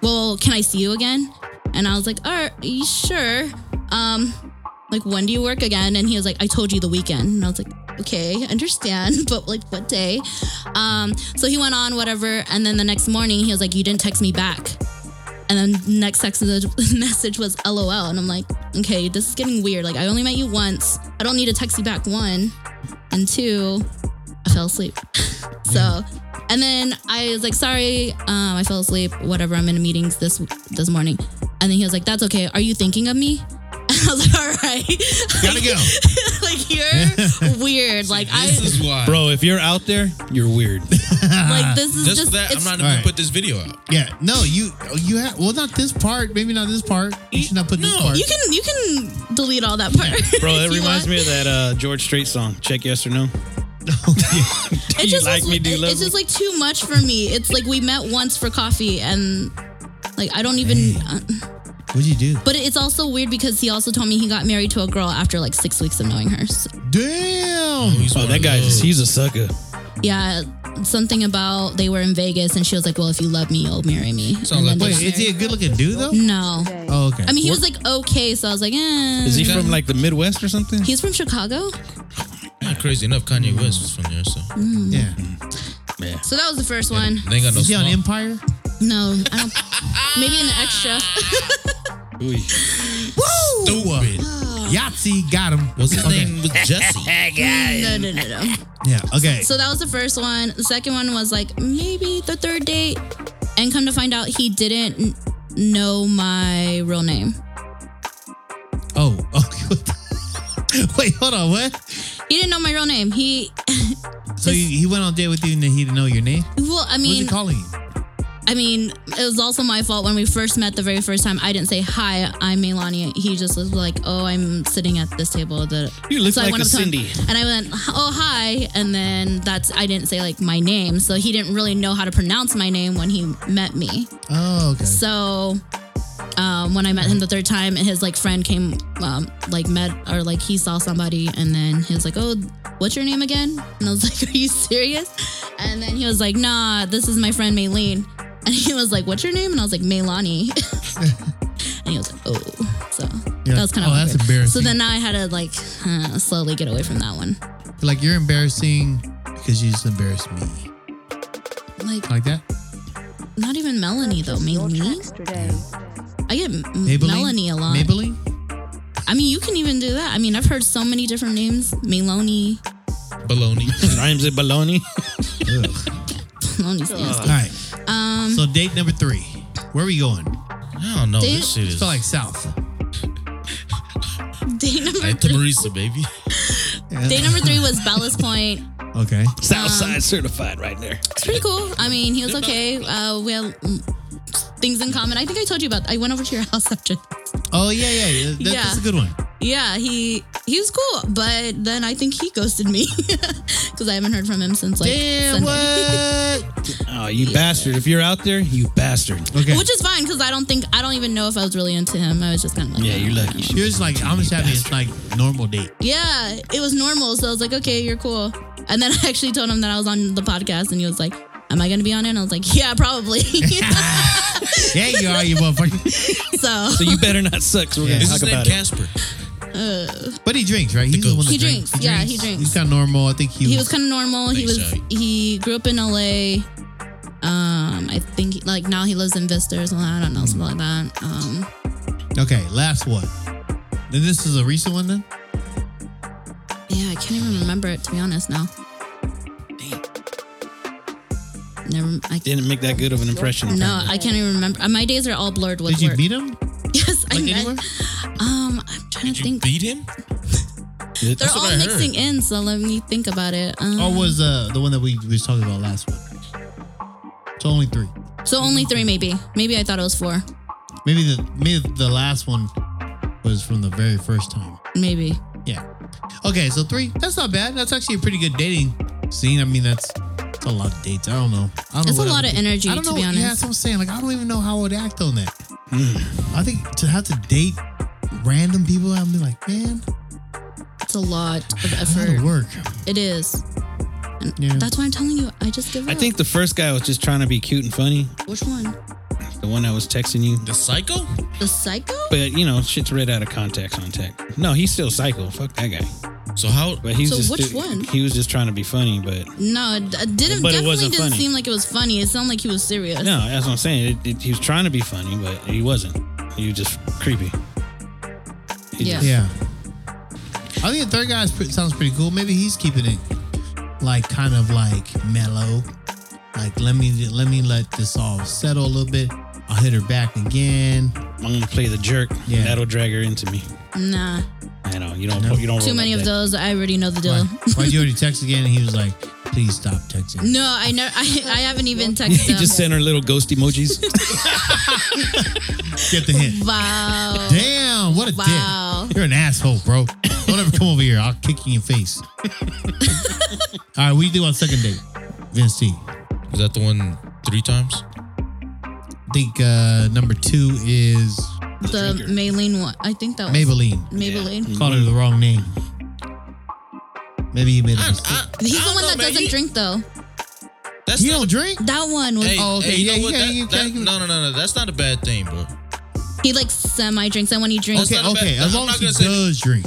[SPEAKER 4] "Well, can I see you again?" And I was like, "All right, you sure." Um, like when do you work again? And he was like, I told you the weekend. And I was like, okay, understand, but like what day? Um, so he went on whatever, and then the next morning he was like, you didn't text me back. And then next text message was LOL, and I'm like, okay, this is getting weird. Like I only met you once. I don't need to text you back one, and two, I fell asleep. so. And then I was like, sorry, um, I fell asleep. Whatever, I'm in meetings this this morning. And then he was like, that's okay. Are you thinking of me? And I was like, all right.
[SPEAKER 1] Gotta go.
[SPEAKER 4] like you're weird. Like I
[SPEAKER 2] This is why.
[SPEAKER 3] Bro, if you're out there, you're weird.
[SPEAKER 4] like this is
[SPEAKER 2] Just
[SPEAKER 4] just
[SPEAKER 2] for that, I'm
[SPEAKER 4] it's,
[SPEAKER 2] not even gonna
[SPEAKER 1] Alright.
[SPEAKER 2] put this video out.
[SPEAKER 1] Yeah. No, you you have well not this part. Maybe not this part. You should not put this
[SPEAKER 2] No.
[SPEAKER 1] part.
[SPEAKER 4] you can you can delete all that part.
[SPEAKER 3] Bro,
[SPEAKER 4] if
[SPEAKER 3] that
[SPEAKER 4] you
[SPEAKER 3] reminds
[SPEAKER 4] want.
[SPEAKER 3] me of that uh, George Strait song, Check Yes or No.
[SPEAKER 4] It
[SPEAKER 3] you
[SPEAKER 4] just
[SPEAKER 3] like
[SPEAKER 4] was,
[SPEAKER 3] me, do you
[SPEAKER 4] it-
[SPEAKER 3] love
[SPEAKER 4] It's
[SPEAKER 3] me?
[SPEAKER 4] just like too much for me. It's like we met once for coffee and like I don't even. Uh,
[SPEAKER 1] What'd you do?
[SPEAKER 4] but it's also weird because he also told me he got married to a girl after like six weeks of knowing her. So,
[SPEAKER 1] Damn.
[SPEAKER 2] He's
[SPEAKER 3] Oh,
[SPEAKER 2] one
[SPEAKER 3] that
[SPEAKER 2] of
[SPEAKER 3] guy,
[SPEAKER 2] those.
[SPEAKER 3] he's a sucker.
[SPEAKER 4] yeah, something about they were in Vegas and she was like, "Well, if you love me, you'll marry me."
[SPEAKER 2] Sounds
[SPEAKER 4] And
[SPEAKER 2] like-
[SPEAKER 4] then they
[SPEAKER 1] Wait,
[SPEAKER 4] got
[SPEAKER 1] is he a
[SPEAKER 4] married.
[SPEAKER 1] good looking dude though?
[SPEAKER 4] No.
[SPEAKER 1] Oh, okay.
[SPEAKER 4] I mean, he was like okay, so I was like, eh.
[SPEAKER 3] Is he from like the Midwest or something?
[SPEAKER 4] He's from Chicago.
[SPEAKER 2] Not crazy enough. Kanye
[SPEAKER 1] Mm-hmm.
[SPEAKER 2] West was from there, so
[SPEAKER 1] yeah.
[SPEAKER 4] So that was the first one.
[SPEAKER 2] they ain't got no.
[SPEAKER 1] Is he on
[SPEAKER 2] small-
[SPEAKER 1] Empire?
[SPEAKER 4] No, I don't. maybe an extra.
[SPEAKER 3] Ooh.
[SPEAKER 1] Stupid.
[SPEAKER 4] Uh,
[SPEAKER 1] Yahtzee got him.
[SPEAKER 2] What's his
[SPEAKER 1] uh, okay.
[SPEAKER 2] name? Was Jesse?
[SPEAKER 4] no, no, no, no.
[SPEAKER 1] Yeah. Okay.
[SPEAKER 4] So that was the first one. The second one was like maybe the third date, and come to find out, he didn't n- know my real name.
[SPEAKER 1] oh. Okay. what the- Wait. Hold on. What?
[SPEAKER 4] He didn't know my real name. He,
[SPEAKER 1] So he, he went on a date with you and then he didn't know your name.
[SPEAKER 4] well, I
[SPEAKER 1] What's he
[SPEAKER 4] mean,
[SPEAKER 1] calling you?
[SPEAKER 4] I mean, it was also my fault when we first met the very first time. I didn't say hi. I'm Melania. He just was like, oh, I'm sitting at this table. That
[SPEAKER 3] You look like
[SPEAKER 4] I went
[SPEAKER 3] a
[SPEAKER 4] up to him,
[SPEAKER 3] Cindy.
[SPEAKER 4] and I went, oh hi, and then that's I didn't say like my name, so he didn't really know how to pronounce my name when he met me.
[SPEAKER 1] Oh. Okay.
[SPEAKER 4] So um, when I met him the third time, his like friend came, um, like met or like he saw somebody, and then he was like, "Oh, what's your name again?" And I was like, "Are you serious?" And then he was like, "Nah, this is my friend Maylene." And he was like, "What's your name?" And I was like, "Maylani." and he was like, "Oh." So
[SPEAKER 1] Yeah.
[SPEAKER 4] that was kind of
[SPEAKER 1] Oh, that's embarrassing.
[SPEAKER 4] So then I had to like uh, slowly get away from that one.
[SPEAKER 1] like you're embarrassing because you just embarrassed me.
[SPEAKER 4] Like
[SPEAKER 1] Like that?
[SPEAKER 4] not even Melanie though. Maylene? I get M-
[SPEAKER 1] Maybelline?
[SPEAKER 4] Melanie a lot.
[SPEAKER 1] Maybelline?
[SPEAKER 4] I mean, you can even do that. I mean, I've heard so many different names. Meloni.
[SPEAKER 2] Baloney.
[SPEAKER 3] Rhymes with baloney.
[SPEAKER 4] Meloni's nasty.
[SPEAKER 1] All right. Um, so date number three. Where are we going?
[SPEAKER 2] I don't know.
[SPEAKER 4] Dude.
[SPEAKER 2] This shit
[SPEAKER 1] I
[SPEAKER 2] is
[SPEAKER 1] feel like South.
[SPEAKER 4] Day number
[SPEAKER 2] like
[SPEAKER 4] three.
[SPEAKER 2] Tamarisa, baby.
[SPEAKER 4] Day number three was Bella's Point.
[SPEAKER 1] Okay.
[SPEAKER 3] Southside certified right there.
[SPEAKER 4] It's pretty cool. I mean, he was okay. Uh, we had mm, things in common. I think I told you about. I went over to your house after.
[SPEAKER 1] Oh yeah, yeah, yeah. That-
[SPEAKER 4] Yeah.
[SPEAKER 1] That's a good one.
[SPEAKER 4] Yeah, he he was cool, but then I think he ghosted me because I haven't heard from him since like
[SPEAKER 1] Damn
[SPEAKER 4] Sunday.
[SPEAKER 1] what?
[SPEAKER 3] Oh, you bastard. If you're out there, you bastard.
[SPEAKER 1] Okay.
[SPEAKER 4] Which is fine because I don't think I don't even know if I was really into him. I was just kind of like,
[SPEAKER 3] Yeah, you're lucky.
[SPEAKER 1] You're just like I'm just having it's like normal date.
[SPEAKER 4] Yeah, it was normal. So I was like, okay, you're cool. And then I actually told him that I was on the podcast, and he was like, "Am I going to be on it?" And I was like, "Yeah, probably."
[SPEAKER 1] Yeah, you are, you motherfucker.
[SPEAKER 4] so
[SPEAKER 3] So you better not suck. 'cause we're
[SPEAKER 1] Yeah.
[SPEAKER 3] gonna
[SPEAKER 2] Is
[SPEAKER 3] talk
[SPEAKER 2] his name
[SPEAKER 3] about it.
[SPEAKER 2] Casper?
[SPEAKER 1] But he drinks, right? He's the one that
[SPEAKER 4] He drinks. Yeah, he drinks.
[SPEAKER 1] He's kind of normal. I think he,
[SPEAKER 4] he was kind of normal. He
[SPEAKER 2] Thanks,
[SPEAKER 4] was
[SPEAKER 2] Shaggy.
[SPEAKER 4] he grew up in LA. Um, I think like now he lives in Vista or something. I don't know something like that. Um,
[SPEAKER 1] Okay, last one. Then this is a recent one then?
[SPEAKER 4] yeah, I can't even remember it to be honest now. Never, I
[SPEAKER 3] Didn't make that good of an impression.
[SPEAKER 4] no,
[SPEAKER 3] apparently.
[SPEAKER 4] I can't even remember. My days are all blurred with
[SPEAKER 1] Did you
[SPEAKER 4] work.
[SPEAKER 1] meet him?
[SPEAKER 4] yes, I
[SPEAKER 1] Like
[SPEAKER 4] met-
[SPEAKER 1] anywhere?
[SPEAKER 4] Um, I'm trying to
[SPEAKER 2] Did you
[SPEAKER 4] think.
[SPEAKER 2] beat him?
[SPEAKER 4] They're
[SPEAKER 2] That's what
[SPEAKER 4] all
[SPEAKER 2] I heard.
[SPEAKER 4] mixing in, so let me think about it. Um,
[SPEAKER 3] Oh,
[SPEAKER 1] Or was uh, the one that we we was talking about last one? It's only three.
[SPEAKER 4] so only three, maybe. Maybe I thought it was four.
[SPEAKER 1] Maybe the maybe the last one was from the very first time.
[SPEAKER 4] Maybe.
[SPEAKER 1] Yeah. Okay, so three. That's not bad. That's actually a pretty good dating scene. I mean, that's it's a lot of dates. I don't know. I don't know
[SPEAKER 4] It's a
[SPEAKER 1] what I
[SPEAKER 4] lot
[SPEAKER 1] would
[SPEAKER 4] of
[SPEAKER 1] do.
[SPEAKER 4] energy,
[SPEAKER 1] I don't
[SPEAKER 4] to
[SPEAKER 1] know.
[SPEAKER 4] be
[SPEAKER 1] Yeah, that's
[SPEAKER 4] honest.
[SPEAKER 1] what I'm saying. Like, I don't even know how I would act on that. I think to have to date random people, I'd be like, man,
[SPEAKER 4] It's a lot of
[SPEAKER 1] that's a lot of
[SPEAKER 4] effort.
[SPEAKER 1] work.
[SPEAKER 4] It is. And
[SPEAKER 1] Yeah.
[SPEAKER 4] That's why I'm telling you, I just give up.
[SPEAKER 3] I think the first guy was just trying to be cute and funny.
[SPEAKER 4] Which one?
[SPEAKER 3] The one that was texting you.
[SPEAKER 2] The psycho?
[SPEAKER 4] The psycho?
[SPEAKER 3] But you know, shit's read out of context on tech. No, he's still psycho. Fuck that guy.
[SPEAKER 2] So how?
[SPEAKER 3] But he's
[SPEAKER 4] So
[SPEAKER 3] just
[SPEAKER 4] which one?
[SPEAKER 3] he was just trying to be funny, but
[SPEAKER 4] No, it it didn't.
[SPEAKER 3] But it
[SPEAKER 4] definitely
[SPEAKER 3] wasn't
[SPEAKER 4] didn't
[SPEAKER 3] funny.
[SPEAKER 4] seem like it was funny. It sounded like he was serious.
[SPEAKER 3] no, that's what I'm saying. It, it, he was trying to be funny, but he wasn't. He was just creepy. He
[SPEAKER 4] Yeah.
[SPEAKER 3] just-
[SPEAKER 1] Yeah. I think the third guy is pre- sounds pretty cool. Maybe he's keeping it like kind of like mellow. Like let me let me let this all settle a little bit. I'll hit her back again.
[SPEAKER 3] I'm gonna play the jerk.
[SPEAKER 1] Yeah.
[SPEAKER 3] That'll drag her into me.
[SPEAKER 4] Nah.
[SPEAKER 3] I know you don't. You don't.
[SPEAKER 4] Too
[SPEAKER 3] roll
[SPEAKER 4] many
[SPEAKER 3] like
[SPEAKER 4] of
[SPEAKER 3] that.
[SPEAKER 4] those. I already know the deal.
[SPEAKER 1] Why, why'd you already text again? And he was like, please stop texting.
[SPEAKER 4] No, I know. I, I haven't even texted
[SPEAKER 3] He
[SPEAKER 4] him.
[SPEAKER 3] just sent her little ghost emojis.
[SPEAKER 1] Get the hint.
[SPEAKER 4] wow.
[SPEAKER 1] Damn, what a
[SPEAKER 4] Wow.
[SPEAKER 1] dick. You're an asshole, bro. Don't ever come over here. I'll kick you in your face. all right, what do you do on second date? Vince T.
[SPEAKER 2] Is that the one three times?
[SPEAKER 1] I think uh, number two is
[SPEAKER 4] The Maylene one. I think that was
[SPEAKER 1] Maybelline.
[SPEAKER 4] Maybelline.
[SPEAKER 1] Called her the wrong name. Maybe he made a
[SPEAKER 2] I,
[SPEAKER 1] mistake.
[SPEAKER 2] I,
[SPEAKER 4] He's
[SPEAKER 2] I
[SPEAKER 4] the
[SPEAKER 2] don't
[SPEAKER 4] one
[SPEAKER 2] know,
[SPEAKER 4] that
[SPEAKER 2] man.
[SPEAKER 4] doesn't
[SPEAKER 2] He-
[SPEAKER 4] drink though.
[SPEAKER 2] That's
[SPEAKER 1] You
[SPEAKER 2] not
[SPEAKER 1] don't drink?
[SPEAKER 4] That one was
[SPEAKER 2] Hey,
[SPEAKER 1] Oh, okay.
[SPEAKER 2] hey, you
[SPEAKER 1] Yeah,
[SPEAKER 2] know
[SPEAKER 1] you
[SPEAKER 2] what?
[SPEAKER 1] can't-
[SPEAKER 2] That-
[SPEAKER 1] you
[SPEAKER 2] that-
[SPEAKER 1] can't-
[SPEAKER 2] no, no, no, no. That's not a bad thing, bro.
[SPEAKER 4] he like semi drinks, and when he drinks,
[SPEAKER 2] Okay.
[SPEAKER 1] Okay,
[SPEAKER 2] not
[SPEAKER 1] okay.
[SPEAKER 2] bad.
[SPEAKER 1] As
[SPEAKER 2] I'm
[SPEAKER 1] long
[SPEAKER 2] not
[SPEAKER 1] as he
[SPEAKER 2] gonna say-
[SPEAKER 1] does drink.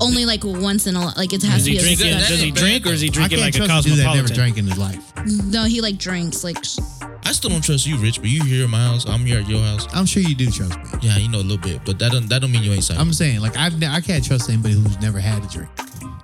[SPEAKER 4] only like once in a like it has
[SPEAKER 3] Does
[SPEAKER 4] to
[SPEAKER 3] he
[SPEAKER 4] be a
[SPEAKER 3] drink?
[SPEAKER 2] that-
[SPEAKER 3] It? Does
[SPEAKER 4] discussion.
[SPEAKER 3] he drink, or is he
[SPEAKER 1] I
[SPEAKER 3] drinking
[SPEAKER 1] can't
[SPEAKER 3] like a
[SPEAKER 1] trust a dude that never
[SPEAKER 3] cosmopolitan?
[SPEAKER 1] drank in his life.
[SPEAKER 4] No, he like drinks like sh-
[SPEAKER 2] I still don't trust you, Rich, but you here at my house. I'm here at your house.
[SPEAKER 1] I'm sure you do trust me.
[SPEAKER 2] Yeah, you know a little bit, but that don't that don't mean you ain't psycho.
[SPEAKER 1] I'm saying, like, I've ne- I can't trust anybody who's never had a drink.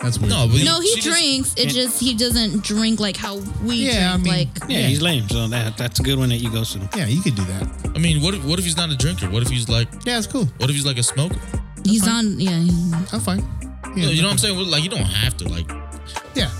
[SPEAKER 1] That's weird.
[SPEAKER 2] No, but-
[SPEAKER 4] no, he
[SPEAKER 2] She just-
[SPEAKER 4] drinks. it just he doesn't drink like how we
[SPEAKER 1] Yeah,
[SPEAKER 4] drink.
[SPEAKER 1] I mean-
[SPEAKER 4] like
[SPEAKER 3] Yeah,
[SPEAKER 1] Yeah.
[SPEAKER 3] he's lame. So that that's a good one that you ghosted him.
[SPEAKER 1] yeah, you could do that.
[SPEAKER 2] I mean, what if, what if he's not a drinker? What if he's like
[SPEAKER 1] Yeah, it's cool.
[SPEAKER 2] what if he's like a smoker?
[SPEAKER 4] he's on. Yeah, he-
[SPEAKER 1] I'm fine.
[SPEAKER 2] You
[SPEAKER 1] Yeah,
[SPEAKER 2] know, you know what I'm saying? Well, Like you don't have to like.
[SPEAKER 1] Yeah.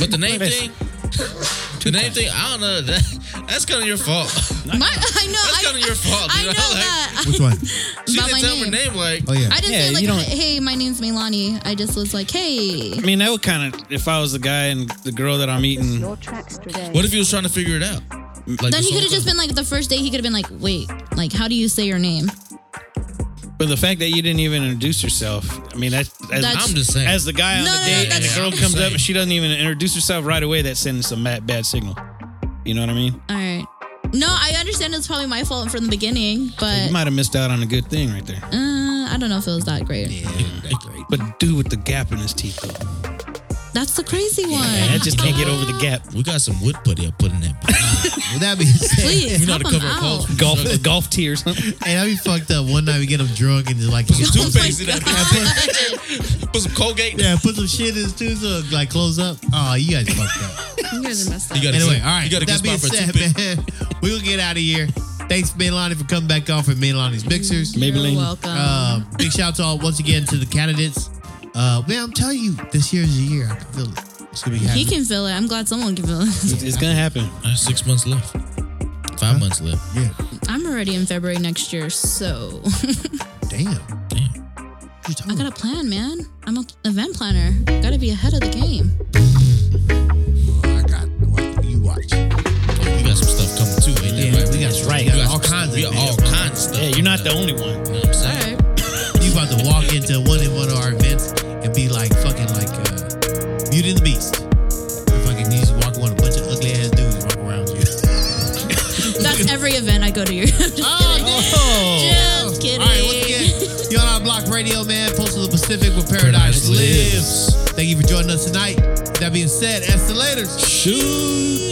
[SPEAKER 2] But the name thing, the name thing, I don't know. That that's kind of your fault.
[SPEAKER 4] my, I know.
[SPEAKER 2] That's
[SPEAKER 4] I,
[SPEAKER 2] kinda your fault,
[SPEAKER 4] I
[SPEAKER 2] dude.
[SPEAKER 4] know
[SPEAKER 2] I like-
[SPEAKER 4] that.
[SPEAKER 1] Which one?
[SPEAKER 2] She
[SPEAKER 4] About
[SPEAKER 2] didn't
[SPEAKER 4] my
[SPEAKER 2] tell
[SPEAKER 4] name.
[SPEAKER 2] her name like.
[SPEAKER 1] Oh yeah.
[SPEAKER 4] I didn't
[SPEAKER 3] Yeah,
[SPEAKER 4] say like,
[SPEAKER 3] you don't-
[SPEAKER 4] hey, my name's Milani. I just was like, hey.
[SPEAKER 3] I mean, that would kind of if I was the guy and the girl that I'm eating.
[SPEAKER 6] Your tracks today.
[SPEAKER 2] What if he was trying to figure it out? Like
[SPEAKER 4] Then
[SPEAKER 2] this
[SPEAKER 4] he
[SPEAKER 2] whole
[SPEAKER 4] could have just
[SPEAKER 2] time?
[SPEAKER 4] been like the first day. He could have been like, wait, like how do you say your name?
[SPEAKER 3] But the fact that you didn't even introduce yourself, I mean, that as,
[SPEAKER 4] That's-
[SPEAKER 2] I'm just saying.
[SPEAKER 3] as the guy on
[SPEAKER 4] No,
[SPEAKER 3] the
[SPEAKER 4] no, no,
[SPEAKER 3] date and
[SPEAKER 4] that's-
[SPEAKER 3] the girl
[SPEAKER 2] I'm
[SPEAKER 3] comes up
[SPEAKER 2] saying.
[SPEAKER 3] and she doesn't even introduce herself right away, that sends a bad, bad signal. You know what I mean?
[SPEAKER 4] All right. No, I understand it's probably my fault from the beginning, but
[SPEAKER 3] You might have missed out on a good thing right there.
[SPEAKER 4] uh, I don't know if it was that great.
[SPEAKER 3] But dude with the gap in his teeth, though,
[SPEAKER 4] That's the crazy one.
[SPEAKER 3] I just can't get over the gap.
[SPEAKER 2] we got some wood putty up putting that
[SPEAKER 1] With that being said,
[SPEAKER 4] Please,
[SPEAKER 2] We know how
[SPEAKER 4] help
[SPEAKER 2] to
[SPEAKER 4] him
[SPEAKER 2] cover our
[SPEAKER 4] out.
[SPEAKER 2] calls.
[SPEAKER 3] golf golf tears.
[SPEAKER 1] hey, that'd be fucked up. One night we get him drunk and just like
[SPEAKER 4] Oh my
[SPEAKER 2] Toothpaste in that
[SPEAKER 4] God.
[SPEAKER 2] Put some Colgate.
[SPEAKER 1] yeah, put some shit in his tooth so like close up. Oh, you guys fucked up.
[SPEAKER 4] You guys are messed up.
[SPEAKER 2] You gotta
[SPEAKER 1] Anyway,
[SPEAKER 2] get-
[SPEAKER 1] all right.
[SPEAKER 2] You got a good
[SPEAKER 1] With that being
[SPEAKER 2] spot for a
[SPEAKER 1] said,
[SPEAKER 2] toothpick.
[SPEAKER 1] man, we will get out of here. Thanks, Melani, for coming back on for Melani's Mixers.
[SPEAKER 4] You're
[SPEAKER 3] Maybelline.
[SPEAKER 4] welcome.
[SPEAKER 1] Uh, big shout out once again to the candidates. Uh, man, I'm telling you, this year's the year. I can feel it. It's gonna be
[SPEAKER 4] he
[SPEAKER 1] happening.
[SPEAKER 4] can feel it. I'm glad someone can feel it.
[SPEAKER 3] It's, it's gonna happen.
[SPEAKER 2] I have six months left. Five months left.
[SPEAKER 1] yeah.
[SPEAKER 4] I'm already in February next year, so
[SPEAKER 1] Damn. What
[SPEAKER 2] Damn.
[SPEAKER 1] you talking
[SPEAKER 4] I got
[SPEAKER 1] about?
[SPEAKER 4] a plan, man. I'm an event planner. Gotta be ahead of the game.
[SPEAKER 1] I got. What you watch?
[SPEAKER 2] We got some stuff coming too, ain't
[SPEAKER 1] Yeah,
[SPEAKER 2] that right?
[SPEAKER 1] we got
[SPEAKER 2] some-
[SPEAKER 1] right.
[SPEAKER 2] We got some
[SPEAKER 1] all
[SPEAKER 2] stuff-
[SPEAKER 1] kinds of.
[SPEAKER 2] We got
[SPEAKER 1] videos.
[SPEAKER 2] all kinds of stuff.
[SPEAKER 3] Yeah, you're not the only one.
[SPEAKER 2] You know what I'm
[SPEAKER 4] All
[SPEAKER 2] saying?
[SPEAKER 4] right.
[SPEAKER 1] You about to walk into one of one of our events and be like fucking like uh, Beauty and the Beast. If I can just walk around a bunch of ugly ass dudes walk around you.
[SPEAKER 4] That's every event I go to. You're just kidding. Oh, Just kidding.
[SPEAKER 1] Oh, All right, once again, y'all on Block Radio, man. Post of the Pacific where paradise,
[SPEAKER 2] Paradise
[SPEAKER 1] lives. Thank you for joining us tonight. That being said, escalators.
[SPEAKER 2] Shoot.